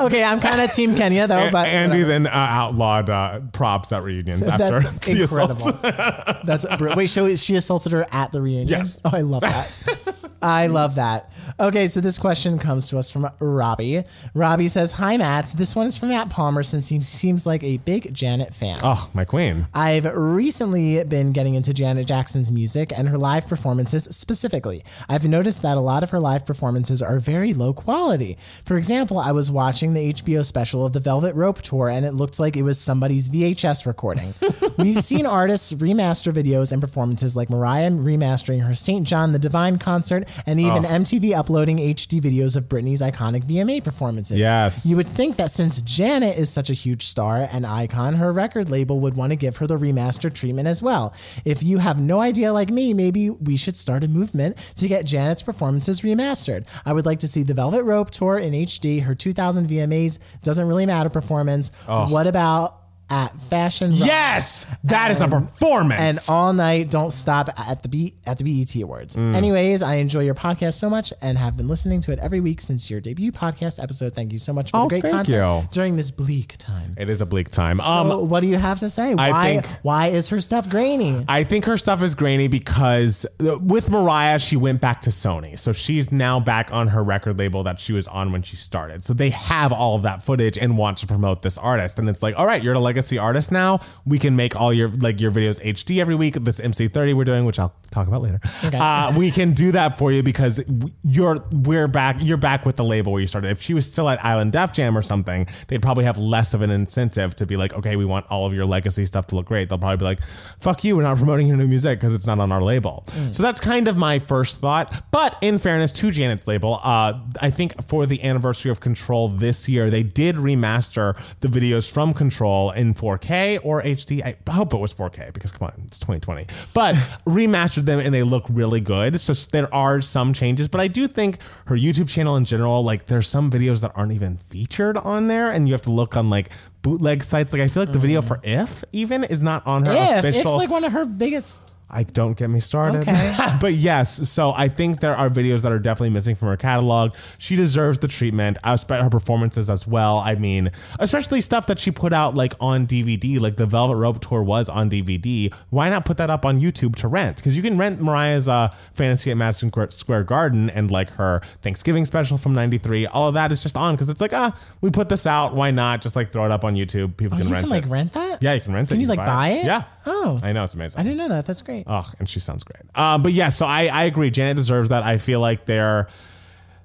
Speaker 1: Okay, I'm kind of Team Kenya though, but
Speaker 2: Andy then uh, outlawed uh, props at reunions after
Speaker 1: (laughs)
Speaker 2: (laughs)
Speaker 1: that's
Speaker 2: the assault.
Speaker 1: incredible. (laughs) That's br- wait. So she assaulted her at the reunion.
Speaker 2: Yes.
Speaker 1: Oh, I love that.
Speaker 2: (laughs)
Speaker 1: I love that. Okay, so this question comes to us from Robbie. Robbie says, "Hi, Matt. This one is from Matt Palmer since he seems like a big Janet fan.
Speaker 2: Oh, my queen.
Speaker 1: I've recently been getting into Janet Jackson's music and her live performances specifically. I've noticed that a lot of her live performances are very low quality. For example, I was watching the HBO special of the Velvet Rope Tour and it looked like it was somebody's VHS recording. We've seen artists remaster videos and performances like Mariah remastering her St. John the Divine concert and even MTV uploading HD videos of Britney's iconic VMA performances.
Speaker 2: Yes.
Speaker 1: You would think that since Janet is such a huge star and icon, her record label would want to give her the remastered treatment as well. If you have no idea like me, maybe we should start a movement to get Janet's performances remastered. I would like to see the Velvet Rope tour in HD, her 2000 VMAs, doesn't really matter performance. What about at Fashion Rock?
Speaker 2: Yes, that is a performance.
Speaker 1: and all night don't stop at the B, at the BET awards.
Speaker 2: Mm.
Speaker 1: Anyways, I enjoy your podcast so much and have been listening to it every week since your debut podcast episode. Thank you so much for
Speaker 2: Oh,
Speaker 1: the great
Speaker 2: thank
Speaker 1: content
Speaker 2: you.
Speaker 1: during this bleak time.
Speaker 2: it is a bleak time. Um,
Speaker 1: So what do you have to say? Why
Speaker 2: think-
Speaker 1: why is her stuff grainy?
Speaker 2: I think her stuff is grainy because uh, with Mariah, she went back to Sony. So she's now back on her record label that she was on when she started. So they have all of that footage and want to promote this artist. And it's like, all right, you're a legacy artist now. We can make all your like your videos HD every week. This MC30 we're doing, which I'll talk about later. Uh, we can do that for you because w- you're we're back you're back with the label where you started. If she was still at Island Def Jam or something, they'd probably have less of an incentive to be like, okay, we want all of your legacy stuff to look great. They'll probably be like, fuck you, we're not promoting your new music because it's not on our label. So that's kind of my first thought. But in fairness to Janet's label, uh, I think for the anniversary of Control this year, they did remaster the videos from Control in 4K or HD. I hope it was 4K because come on, it's 2020. But remastered them and they look really good. So there are some changes, but I do think her YouTube channel in general, like there's some videos that aren't even featured on there, and you have to look on like bootleg sites. Like I feel like the video for If even is not on her
Speaker 1: If it's
Speaker 2: official.
Speaker 1: like one of her biggest
Speaker 2: I don't get me started.
Speaker 1: Okay.
Speaker 2: (laughs) but yes, so I think there are videos that are definitely missing from her catalog. She deserves the treatment. I expect her performances as well. I mean, especially stuff that she put out like on DVD, like the Velvet Rope tour was on DVD. Why not put that up on YouTube to rent? Because you can rent Mariah's uh, Fantasy at Madison Gr- Square Garden and like her Thanksgiving special from '93. All of that is just on because it's like ah, we put this out. Why not just like throw it up on YouTube? People
Speaker 1: Oh,
Speaker 2: can
Speaker 1: you
Speaker 2: rent
Speaker 1: can
Speaker 2: it.
Speaker 1: like rent that?
Speaker 2: yeah, you can rent
Speaker 1: Can
Speaker 2: it.
Speaker 1: you, like, buy it?
Speaker 2: Yeah.
Speaker 1: Oh.
Speaker 2: I know it's amazing.
Speaker 1: I didn't know that. That's great.
Speaker 2: Oh, and she sounds great. Uh, but yeah, so I, I agree. Janet deserves that. I feel like there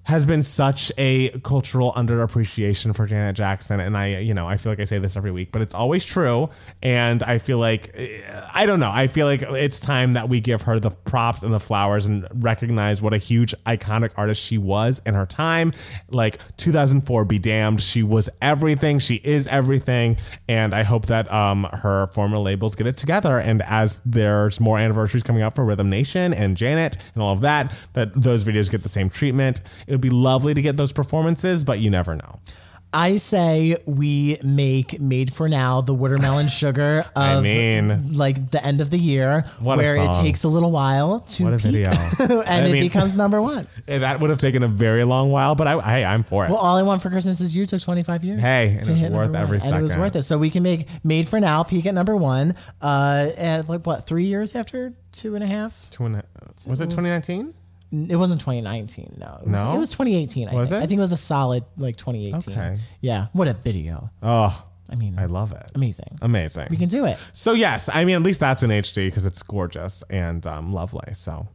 Speaker 2: has been such a cultural underappreciation for Janet Jackson. And I, you know, I feel like I say this every week, but it's always true. And I feel like, eh, I don't know, I feel like it's time that we give her the props and the flowers and recognize what a huge iconic artist she was in her time. Like 2004, be damned. She was everything. She is everything. And I hope that um, her former labels get it together. And as there's more anniversaries coming up for Rhythm Nation and Janet and all of that, that those videos get the same treatment. It would be lovely to get those performances, but you never know.
Speaker 1: I say we make Made for Now the watermelon sugar of
Speaker 2: I mean,
Speaker 1: like the end of the year
Speaker 2: What a
Speaker 1: where it
Speaker 2: song.
Speaker 1: takes a little while to
Speaker 2: what a
Speaker 1: peak. (laughs)
Speaker 2: video. (laughs)
Speaker 1: and
Speaker 2: I
Speaker 1: it
Speaker 2: mean-
Speaker 1: becomes number one.
Speaker 2: eh, that would have taken a very long while, but I, hey, I'm for it.
Speaker 1: Well, all I want for Christmas is you. Took twenty five years.
Speaker 2: Hey, and
Speaker 1: to
Speaker 2: it was
Speaker 1: hit number
Speaker 2: worth every
Speaker 1: one, and it was
Speaker 2: second.
Speaker 1: worth it. So we can make made for now peak at number one. Uh, at like what three years after two and a half?
Speaker 2: Twen- was it 2019?
Speaker 1: It wasn't twenty nineteen. No, it was,
Speaker 2: No?
Speaker 1: it was twenty eighteen. I
Speaker 2: Was
Speaker 1: think.
Speaker 2: it?
Speaker 1: I think it was a solid like twenty eighteen.
Speaker 2: Okay.
Speaker 1: Yeah. What a video.
Speaker 2: Oh,
Speaker 1: I mean,
Speaker 2: I love it.
Speaker 1: amazing.
Speaker 2: Amazing.
Speaker 1: We can do it.
Speaker 2: So yes, I mean at least that's in HD because it's gorgeous and um, lovely. So,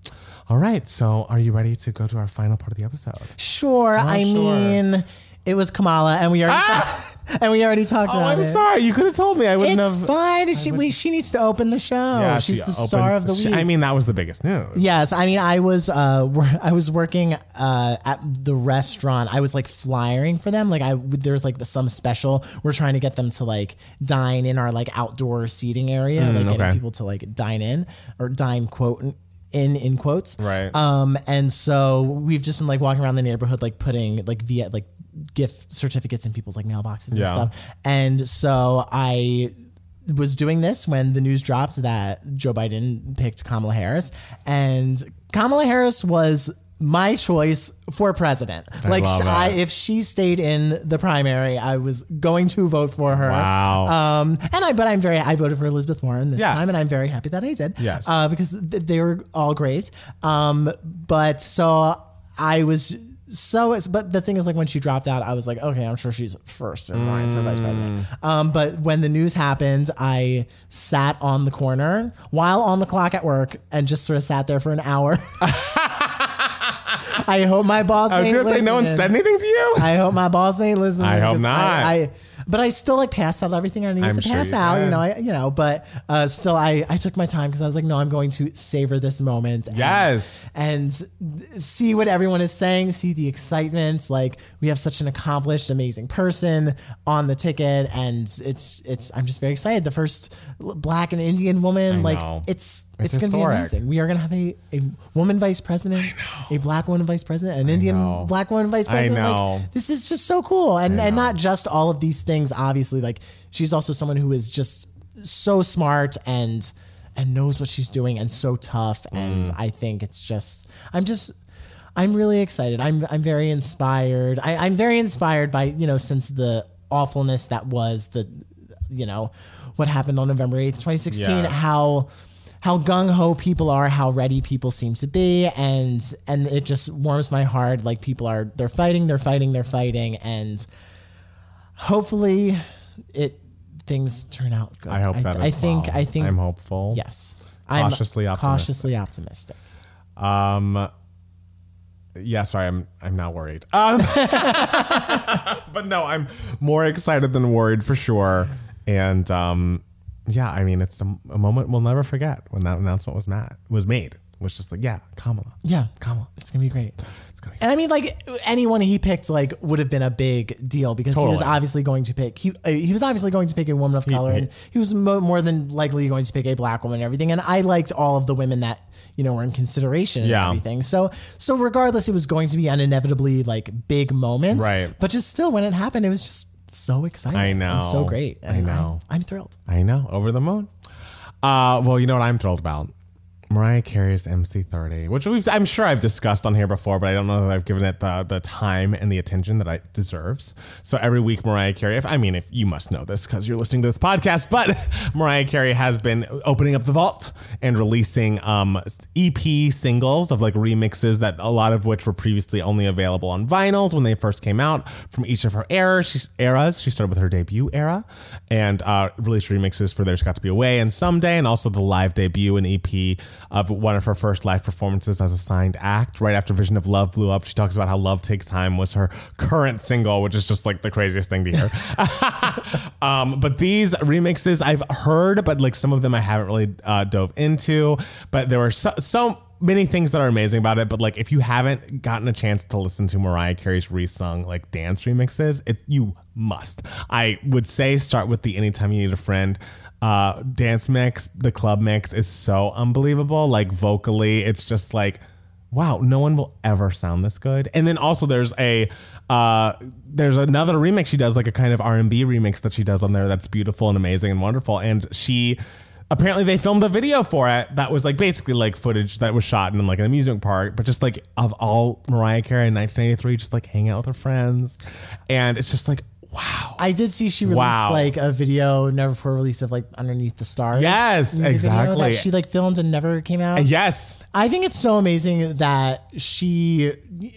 Speaker 2: all right. So are you ready to go to our final part of the episode?
Speaker 1: Sure. I
Speaker 2: Oh, sure. Ah!
Speaker 1: mean, it was Kamala, and we already (laughs) and we already talked
Speaker 2: Oh,
Speaker 1: about
Speaker 2: I'm
Speaker 1: it.
Speaker 2: sorry. You could have told me. I wouldn't
Speaker 1: It's
Speaker 2: have.
Speaker 1: fine. She we, she needs to open the show.
Speaker 2: Yeah,
Speaker 1: She's
Speaker 2: she
Speaker 1: the star of
Speaker 2: opens-
Speaker 1: the
Speaker 2: she-
Speaker 1: week.
Speaker 2: I mean, that was the biggest news.
Speaker 1: Yes, I mean, I was uh, wor- I was working uh, at the restaurant. I was like flyering for them. Like, I there's like some special. We're trying to get them to like dine in our like outdoor seating area, like getting
Speaker 2: Mm, okay.
Speaker 1: people to like dine in or dine quote in in quotes.
Speaker 2: Right.
Speaker 1: Um, and so we've just been like walking around the neighborhood, like putting like via like gift certificates in people's like mailboxes
Speaker 2: Yeah.
Speaker 1: and stuff. And so I was doing this when the news dropped that Joe Biden picked Kamala Harris, and Kamala Harris was my choice for president. like
Speaker 2: love
Speaker 1: sh- I,
Speaker 2: it.
Speaker 1: if she stayed in the primary, I was going to vote for her.
Speaker 2: Wow.
Speaker 1: Um, and I, but I'm very, I voted for Elizabeth Warren this
Speaker 2: Yes.
Speaker 1: time, and I'm very happy that I did.
Speaker 2: Yes.
Speaker 1: Uh, because th- they were all great. Um, but so I was so, it's, but the thing is, like, when she dropped out, I was like, okay, I'm sure she's first in line for vice president.
Speaker 2: Mm.
Speaker 1: Um, but when the news happened, I sat on the corner while on the clock at work and just sort of sat there for an
Speaker 2: (laughs)
Speaker 1: hour. (laughs) I hope my boss.
Speaker 2: I was
Speaker 1: ain't
Speaker 2: gonna say no one
Speaker 1: listening.
Speaker 2: said anything to you.
Speaker 1: (laughs) I hope my boss ain't listening.
Speaker 2: I hope
Speaker 1: 'cause
Speaker 2: not.
Speaker 1: I, but I still like passed out everything I needed
Speaker 2: I'm
Speaker 1: to
Speaker 2: sure
Speaker 1: pass
Speaker 2: you
Speaker 1: out. You
Speaker 2: did.
Speaker 1: know, I, you know, but uh, still, I, I took my time because I was like, no, I'm going to savor this moment. and-
Speaker 2: Yes.
Speaker 1: and see what everyone is saying, see the excitement. Like we have such an accomplished, amazing person on the ticket, and it's it's. I'm just very excited. The first black and Indian woman, like
Speaker 2: know.
Speaker 1: it's
Speaker 2: It's
Speaker 1: it's, going to be
Speaker 2: historic.
Speaker 1: amazing. We are going to have a, a woman vice president, a black woman vice president, an Indian
Speaker 2: know.
Speaker 1: black woman vice
Speaker 2: I
Speaker 1: president. Like,
Speaker 2: know.
Speaker 1: this is just so cool, and and not just all of these things. Obviously, like she's also someone who is just so smart and and knows what she's doing and so tough and i think it's just i'm just i'm really excited i'm i'm very inspired I, i'm very inspired by you know since the awfulness that was the you know what happened on november 8th 2016
Speaker 2: Yes.
Speaker 1: how how gung ho people are, how ready people seem to be, and and it just warms my heart. Like people are, they're fighting, they're fighting, they're fighting, and hopefully, it things turn out good.
Speaker 2: I hope that.
Speaker 1: I
Speaker 2: as
Speaker 1: think.
Speaker 2: well.
Speaker 1: I think.
Speaker 2: I'm hopeful.
Speaker 1: Yes.
Speaker 2: Cautiously
Speaker 1: I'm
Speaker 2: optimistic.
Speaker 1: Cautiously optimistic.
Speaker 2: Yeah. Sorry. I'm. I'm not worried. Um, (laughs) but no, I'm more excited than worried for sure. And um, yeah, I mean, it's the, a moment we'll never forget when that announcement was mad was made. It was just like, yeah, Kamala.
Speaker 1: Yeah.
Speaker 2: Kamala.
Speaker 1: It's gonna be great.
Speaker 2: It's gonna.
Speaker 1: And I mean, like anyone he picked, like would have been a big deal because he was
Speaker 2: Totally.
Speaker 1: obviously going to pick he uh, he was obviously going to pick a woman of color, and he was mo- more than likely going to pick a black woman and everything. And I liked all of the women that you know were in consideration and
Speaker 2: Yeah.
Speaker 1: everything. So so regardless, it was going to be an inevitably like big moment,
Speaker 2: Right.
Speaker 1: But just still, when it happened, it was just so exciting.
Speaker 2: I
Speaker 1: and
Speaker 2: know.
Speaker 1: so great.
Speaker 2: I
Speaker 1: And I'm-
Speaker 2: know.
Speaker 1: I'm thrilled.
Speaker 2: I know, over the moon. Uh, well, you know what I'm thrilled about? Mariah Carey's MC30, which we've, I'm sure I've discussed on here before, but I don't know that I've given it the, the time and the attention that it deserves. So every week, Mariah Carey, if, I mean, if you must know this because you're listening to this podcast, but (laughs) Mariah Carey has been opening up the vault and releasing um, EP singles of like remixes that a lot of which were previously only available on vinyls when they first came out from each of her eras. She, eras. she started with her debut era and uh, released remixes for There's Got to Be a Way and Someday, and also the live debut and EP of one of her first live performances as a signed act. Right after Vision of Love blew up, she talks about how Love Takes Time was her current single, which is just like the craziest thing to hear. (laughs) Um, but these remixes I've heard, but like some of them I haven't really uh, dove into. But there were so, so many things that are amazing about it. But like, if you haven't gotten a chance to listen to Mariah Carey's resung like dance remixes, it you must. I would say start with the "Anytime You Need a Friend." Uh, dance mix, the club mix is so unbelievable. Like vocally, it's just like wow, no one will ever sound this good. And then also there's a uh, there's another remix she does, like a kind of R and B remix that she does on there that's beautiful and amazing and wonderful. And she apparently they filmed a video for it that was like basically like footage that was shot in like an amusement park, but just like of all Mariah Carey in 1983, just like hanging out with her friends, and it's just like wow.
Speaker 1: I did see she released
Speaker 2: Wow.
Speaker 1: like a video never before released of like underneath the stars.
Speaker 2: Yes,
Speaker 1: music video that
Speaker 2: exactly.
Speaker 1: she like filmed and never came out.
Speaker 2: Yes,
Speaker 1: I think it's so amazing that she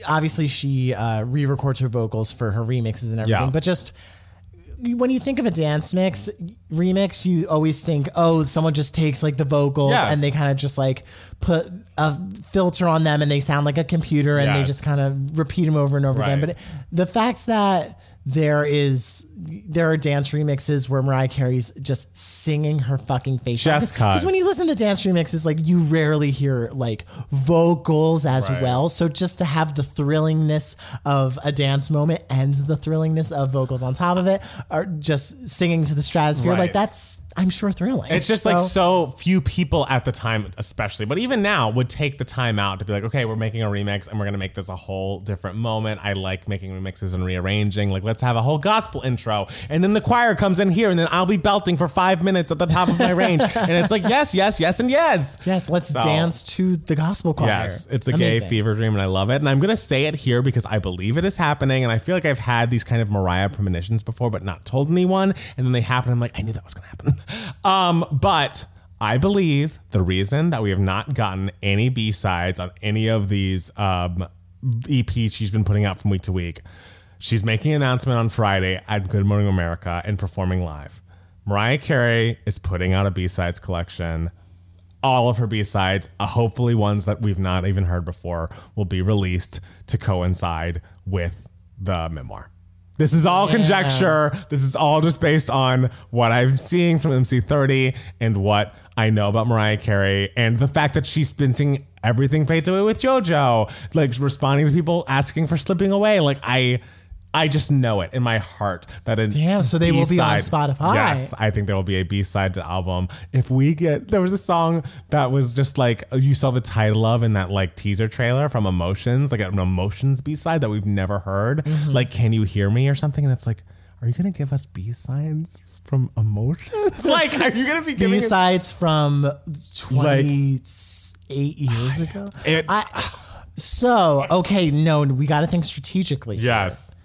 Speaker 1: obviously she uh, re-records her vocals for her remixes and everything,
Speaker 2: Yeah.
Speaker 1: but just when you think of a dance mix remix, you always think, oh, someone just takes like the vocals
Speaker 2: Yes.
Speaker 1: and they kind of just like put a filter on them and they sound like a computer and they
Speaker 2: Yes.
Speaker 1: just kind of repeat them over and over again.
Speaker 2: Right.
Speaker 1: But the fact that there is there are dance remixes where Mariah Carey's just singing her fucking face
Speaker 2: Just
Speaker 1: because when you listen to dance remixes, like you rarely hear like vocals as
Speaker 2: Right.
Speaker 1: well. So just to have the thrillingness of a dance moment and the thrillingness of vocals on top of it, or just singing to the stratosphere,
Speaker 2: Right.
Speaker 1: like that's I'm sure thrilling.
Speaker 2: It's just like so few people at the time, especially, but even now would take the time out to be like, okay, we're making a remix and we're gonna make this a whole different moment. I like making remixes and rearranging. Like, let's have a whole gospel intro, and then the choir comes in here, and then I'll be belting for five minutes at the top of my range, and it's like (laughs) yes, yes, yes, and yes.
Speaker 1: Yes, let's
Speaker 2: So-
Speaker 1: dance to the gospel choir.
Speaker 2: Yes, it's a gay
Speaker 1: Amazing.
Speaker 2: fever dream, and I love it. And I'm gonna say it here because I believe it is happening, and I feel like I've had these kind of Mariah premonitions before, but not told anyone. And then they happen. I'm like, I knew that was gonna happen. (laughs) Um, but I believe the reason that we have not gotten any B sides on any of these um, EPs she's been putting out from week to week, she's making an announcement on Friday at Good Morning America and performing live. Mariah Carey is putting out a B sides collection all of her B-sides, uh, hopefully ones that we've not even heard before, will be released to coincide with the memoir. This is all conjecture. This is all just based on what I'm seeing from MC30 and what I know about Mariah Carey and the fact that she's been singing everything fades away with JoJo, like responding to people asking for slipping away. Like I, I just know it in my heart that in
Speaker 1: Damn, so they will be on Spotify.
Speaker 2: Yes, I think there will be a B side to the album. If we get there was a song that was just like you saw the title of in that like teaser trailer from Emotions, like an Emotions B side that we've never heard. Like, can you hear me or something? And it's like, are you gonna give us B sides from Emotions? (laughs) like, are you gonna be giving? us-
Speaker 1: B-sides from 28 years ago.
Speaker 2: It-
Speaker 1: I, so, okay, no, we got to think strategically. here.
Speaker 2: yes,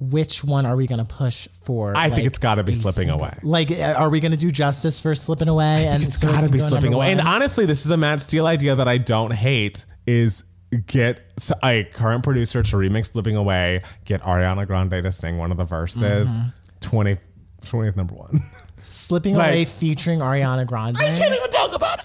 Speaker 1: Which one are we going to push for?
Speaker 2: I
Speaker 1: like,
Speaker 2: think it's got to be
Speaker 1: a
Speaker 2: slipping
Speaker 1: single-
Speaker 2: away.
Speaker 1: Like, uh, are we going to do justice for slipping away? and
Speaker 2: It's
Speaker 1: so it
Speaker 2: got to
Speaker 1: can
Speaker 2: be
Speaker 1: go
Speaker 2: slipping
Speaker 1: number
Speaker 2: away. And
Speaker 1: one?
Speaker 2: honestly, this is a Matt Steele idea that I don't hate. Is get s- a current producer to remix "Slipping Away," get Ariana Grande to sing one of the verses. 20, 20th number one. (laughs)
Speaker 1: slipping
Speaker 2: like-
Speaker 1: away featuring Ariana Grande.
Speaker 2: even talk about it.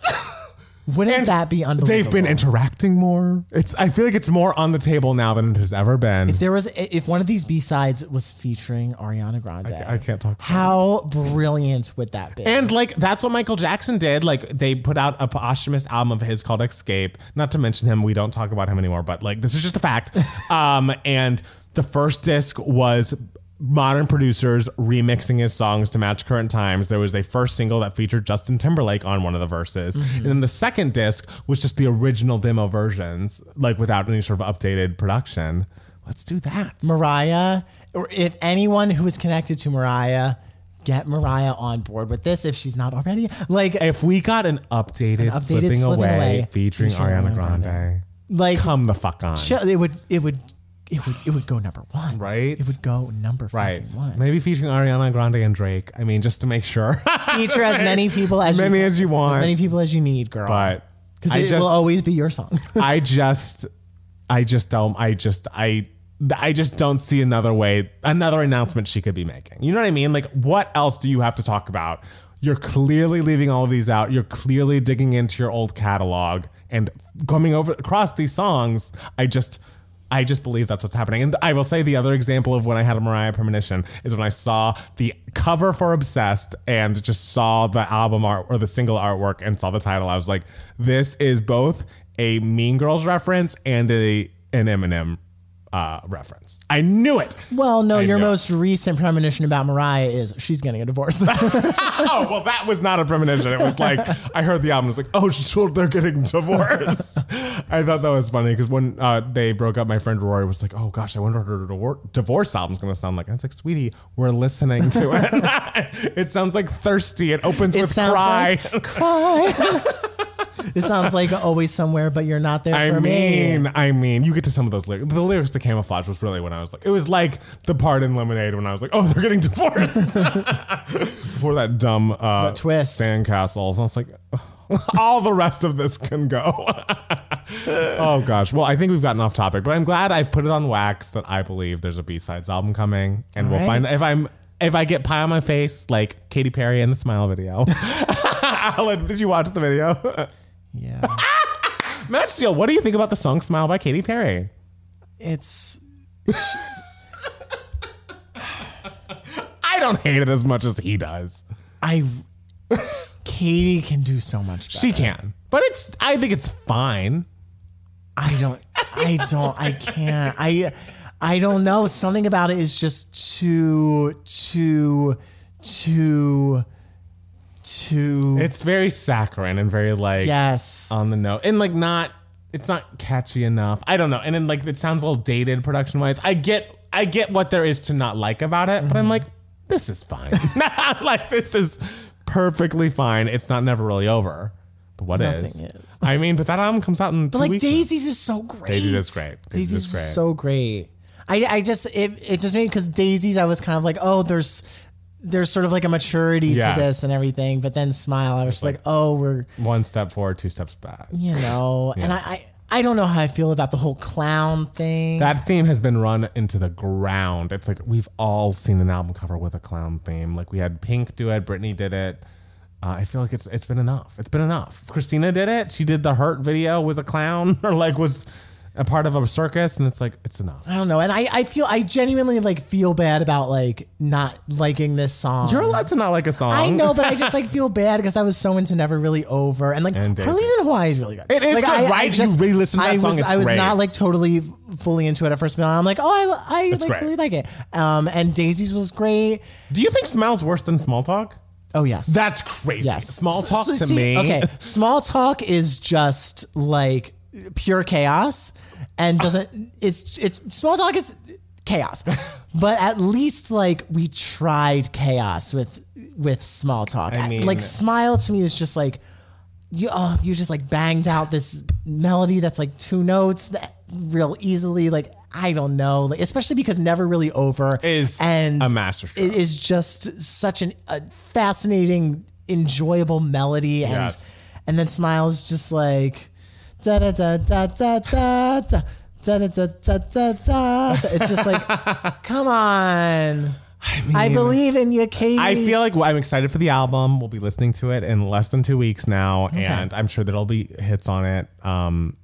Speaker 1: Wouldn't that be unbelievable?
Speaker 2: They've been interacting more. It's. I feel like it's more on the table now than it has ever been.
Speaker 1: If there was if one of these B sides was featuring Ariana Grande,
Speaker 2: I can't talk.
Speaker 1: how brilliant would that be?
Speaker 2: And like that's what Michael Jackson did. Like they put out a posthumous album of his called Escape. Not to mention him, we don't talk about him anymore. But like this is just
Speaker 1: (laughs)
Speaker 2: a fact. um, and the first disc was modern producers remixing his songs to match current times. There was a first single that featured Justin Timberlake on one of the verses,
Speaker 1: Mm-hmm.
Speaker 2: and then the second disc was just the original demo versions, like without any sort of updated production. Let's do that.
Speaker 1: Mariah, or if anyone who is connected to Mariah, get Mariah on board with this if she's not already. Like,
Speaker 2: If we got an updated,
Speaker 1: updated
Speaker 2: slipping,
Speaker 1: Slipping
Speaker 2: away,
Speaker 1: Away
Speaker 2: featuring,
Speaker 1: featuring
Speaker 2: Ariana
Speaker 1: Ariana
Speaker 2: Grande.
Speaker 1: like
Speaker 2: come the fuck on.
Speaker 1: show- it would it would it would it would go number one,
Speaker 2: Right?
Speaker 1: It would go number
Speaker 2: Right.
Speaker 1: fucking one.
Speaker 2: Maybe featuring Ariana Grande and Drake. I mean, just to make sure. (laughs)
Speaker 1: Feature as many people as
Speaker 2: Many
Speaker 1: you,
Speaker 2: as you want.
Speaker 1: as many people as you need, girl.
Speaker 2: but
Speaker 1: because
Speaker 2: I
Speaker 1: it
Speaker 2: just,
Speaker 1: will always be your song.
Speaker 2: I just, I just don't, I just, I, I just don't see another way, another announcement she could be making. You know what I mean? Like, what else do you have to talk about? You're clearly leaving all of these out. You're clearly digging into your old catalog and coming over across these songs. I just, I just believe that's what's happening. And I will say the other example of when I had a Mariah premonition is when I saw the cover for Obsessed and just saw the album art or the single artwork and saw the title. I was like, this is both a Mean Girls reference and a an Eminem uh, reference. I knew it.
Speaker 1: (laughs) Well, no,
Speaker 2: I
Speaker 1: your
Speaker 2: know.
Speaker 1: most recent premonition about Mariah is she's getting a
Speaker 2: (laughs)
Speaker 1: divorce.
Speaker 2: oh well, that was not a premonition. It was like I heard the album. It was like, oh, (laughs) she's told they're getting divorced. I thought that was funny because when uh, they broke up, my friend Rory was like, oh gosh, I wonder what her divor- divorce album's gonna sound like. And it's like, sweetie, we're listening to it. (laughs) it sounds like thirsty. It opens
Speaker 1: it
Speaker 2: with
Speaker 1: sounds
Speaker 2: cry.
Speaker 1: like cry. (laughs) it sounds like always somewhere, but you're not there
Speaker 2: I
Speaker 1: for me.
Speaker 2: mean, I mean, you get to some of those lyrics. The lyrics to Camouflage was really when I was like, it was like the part in Lemonade when I was like, oh, they're getting divorced. (laughs) Before that dumb uh,
Speaker 1: twist.
Speaker 2: sandcastles, and I was like, (laughs) all the rest of this can go. (laughs) oh gosh. Well, I think we've gotten off topic, but I'm glad I've put it on wax that I believe there's a B sides album coming, and we'll
Speaker 1: right.
Speaker 2: find if I'm. If I get pie on my face, like Katy Perry in the Smile video. (laughs) Alan, did you watch the video?
Speaker 1: Yeah.
Speaker 2: Matt Steele, what do you think about the song Smile by Katy Perry?
Speaker 1: It's
Speaker 2: I don't hate it as much as he does.
Speaker 1: I Katie can do so much better.
Speaker 2: She can. But it's I think it's fine.
Speaker 1: I don't I don't I can't. I I don't know. Something about it is just too too too too.
Speaker 2: It's very saccharine and very like
Speaker 1: yes.
Speaker 2: on the note and like not it's not catchy enough. I don't know. And then like it sounds a little dated production wise. I get I get what there is to not like about it,
Speaker 1: Mm-hmm.
Speaker 2: but I'm like this is fine. (laughs) like this is perfectly fine. It's not never really over. But what is?
Speaker 1: Nothing is.
Speaker 2: I mean, but that album comes out in two
Speaker 1: But like
Speaker 2: weeks.
Speaker 1: Daisy's is so great.
Speaker 2: Daisy's is great. Daisy's
Speaker 1: Daisy's,
Speaker 2: is great.
Speaker 1: is so great. I, I just it, it just made because Daisy's I was kind of like oh there's there's sort of like a maturity
Speaker 2: Yes.
Speaker 1: to this and everything, but then Smile I was just like, oh we're
Speaker 2: One step forward, two steps back.
Speaker 1: you know and I, I I don't know how I feel about the whole clown thing.
Speaker 2: That theme has been run into the ground. It's like we've all seen an album cover with a clown theme. Like we had Pink do it, Britney did it. Uh, I feel like it's it's been enough. It's been enough. Christina did it. She did the hurt video. Was a clown (laughs) or like was a part of a circus, and it's like it's enough.
Speaker 1: I don't know, and I, I feel I genuinely like feel bad about like not liking this song.
Speaker 2: You're allowed to not like a song.
Speaker 1: I know, but
Speaker 2: (laughs)
Speaker 1: I just like feel bad because I was so into Never Really Over, and like
Speaker 2: And Daisy.
Speaker 1: Harley's in Hawaii is really good.
Speaker 2: It is
Speaker 1: like,
Speaker 2: good, right? You re-listen to that
Speaker 1: I
Speaker 2: song,
Speaker 1: Was,
Speaker 2: it's
Speaker 1: I was
Speaker 2: great.
Speaker 1: not like totally fully into it at first, but I'm like, oh, I, I like
Speaker 2: great.
Speaker 1: really like it. Um, and Daisy's was great.
Speaker 2: Do you think smells worse than small talk?
Speaker 1: Oh yes,
Speaker 2: That's crazy.
Speaker 1: yes.
Speaker 2: Small
Speaker 1: So-
Speaker 2: talk
Speaker 1: so
Speaker 2: to
Speaker 1: see,
Speaker 2: me.
Speaker 1: Okay, small talk is just like pure chaos, and doesn't (laughs) it's it's small talk is
Speaker 2: (laughs)
Speaker 1: chaos, but at least like we tried chaos with with small talk.
Speaker 2: I mean-
Speaker 1: like smile to me is just like you oh you just like banged out this melody that's like two notes that real easily like I don't know like especially because never really over
Speaker 2: Is
Speaker 1: and
Speaker 2: a masterstroke.
Speaker 1: It is just such an, a fascinating, enjoyable melody, and
Speaker 2: Yes.
Speaker 1: and then smiles just like da da da da da da da. Da, da, da, da, da, da. It's just
Speaker 2: (laughs)
Speaker 1: like, come on. I, believe in you, Katie.
Speaker 2: I feel like I'm excited for the album. We'll be listening to it in less than two weeks now, and I'm sure there'll be hits on it. Um,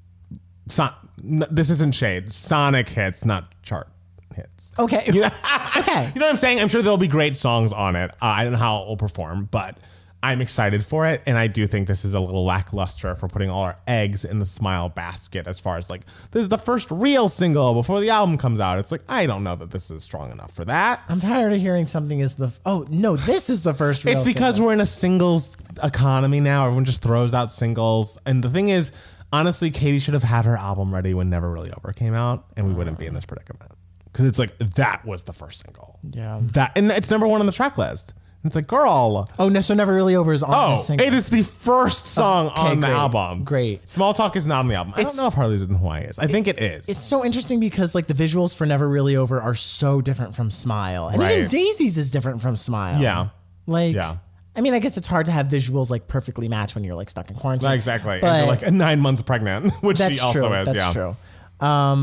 Speaker 2: so, n- this isn't shade. Sonic hits, not chart hits. (laughs)
Speaker 1: okay. okay.
Speaker 2: You know what I'm saying? I'm sure there'll be great songs on it. Uh, I don't know how it will perform, but I'm excited for it, and I do think this is a little lackluster for putting all our eggs in the Smile basket as far as like this is the first real single before the album comes out. It's like I don't know that this is strong enough for that.
Speaker 1: I'm tired of hearing something is the oh no, this is the first. Real
Speaker 2: It's because
Speaker 1: single.
Speaker 2: we're in a singles economy now. Everyone just throws out singles. And the thing is, honestly, Katie should have had her album ready when Never Really Over came out, and we wouldn't be in this predicament. Because it's like, that was the first single.
Speaker 1: Yeah.
Speaker 2: That And it's number one on the track list. And it's like, girl.
Speaker 1: oh no, so never really over is on
Speaker 2: Oh,
Speaker 1: this single. Oh,
Speaker 2: it is the first song on the
Speaker 1: great,
Speaker 2: album.
Speaker 1: great.
Speaker 2: Small Talk is not on the album. I don't
Speaker 1: It's-
Speaker 2: know if Harley's in Hawaii is. I think it is.
Speaker 1: It's so interesting because like the visuals for Never Really Over are so different from Smile, and
Speaker 2: Right.
Speaker 1: even Daisy's is different from Smile.
Speaker 2: Yeah.
Speaker 1: like
Speaker 2: Yeah.
Speaker 1: I mean, I guess it's hard to have visuals like perfectly match when you're like stuck in quarantine.
Speaker 2: Exactly.
Speaker 1: but
Speaker 2: and you're like nine months pregnant, (laughs) which she
Speaker 1: that's
Speaker 2: also
Speaker 1: true.
Speaker 2: is.
Speaker 1: that's
Speaker 2: yeah.
Speaker 1: true. Um,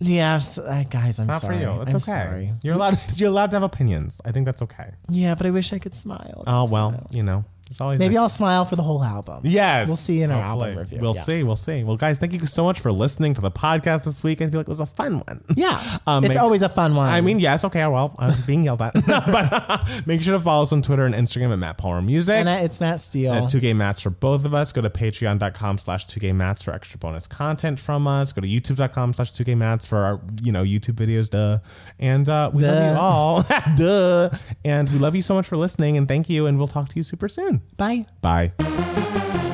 Speaker 1: yeah, s- uh, guys, I'm
Speaker 2: Not
Speaker 1: sorry.
Speaker 2: for you. It's
Speaker 1: I'm
Speaker 2: okay.
Speaker 1: sorry.
Speaker 2: You're allowed. You're allowed to have opinions. I think that's okay.
Speaker 1: Yeah, but I wish I could smile.
Speaker 2: Oh well, you know, there's always
Speaker 1: Maybe
Speaker 2: next-
Speaker 1: I'll smile for the whole album.
Speaker 2: Yes,
Speaker 1: we'll see in our
Speaker 2: Hopefully.
Speaker 1: album review.
Speaker 2: We'll
Speaker 1: Yeah.
Speaker 2: see. We'll see. Well, guys, thank you so much for listening to the podcast this week. I feel like it was a fun one.
Speaker 1: Yeah,
Speaker 2: Um,
Speaker 1: it's
Speaker 2: make-
Speaker 1: always a fun one.
Speaker 2: I mean, yes, okay, well, I was being yelled at. (laughs) but make sure to follow us on Twitter and Instagram at Matt Palmer Music.
Speaker 1: and I, it's Matt Steele.
Speaker 2: at 2 Gay Mats for both of us. Go to patreon.com slash 2 Gay Mats for extra bonus content from us. Go to youtube.com slash 2 Gay Mats for our, you know, YouTube videos, duh. And uh, we love you
Speaker 1: Duh.
Speaker 2: all, (laughs) duh. And we love you so much for listening and thank you. And we'll talk to you super soon.
Speaker 1: Bye.
Speaker 2: Bye.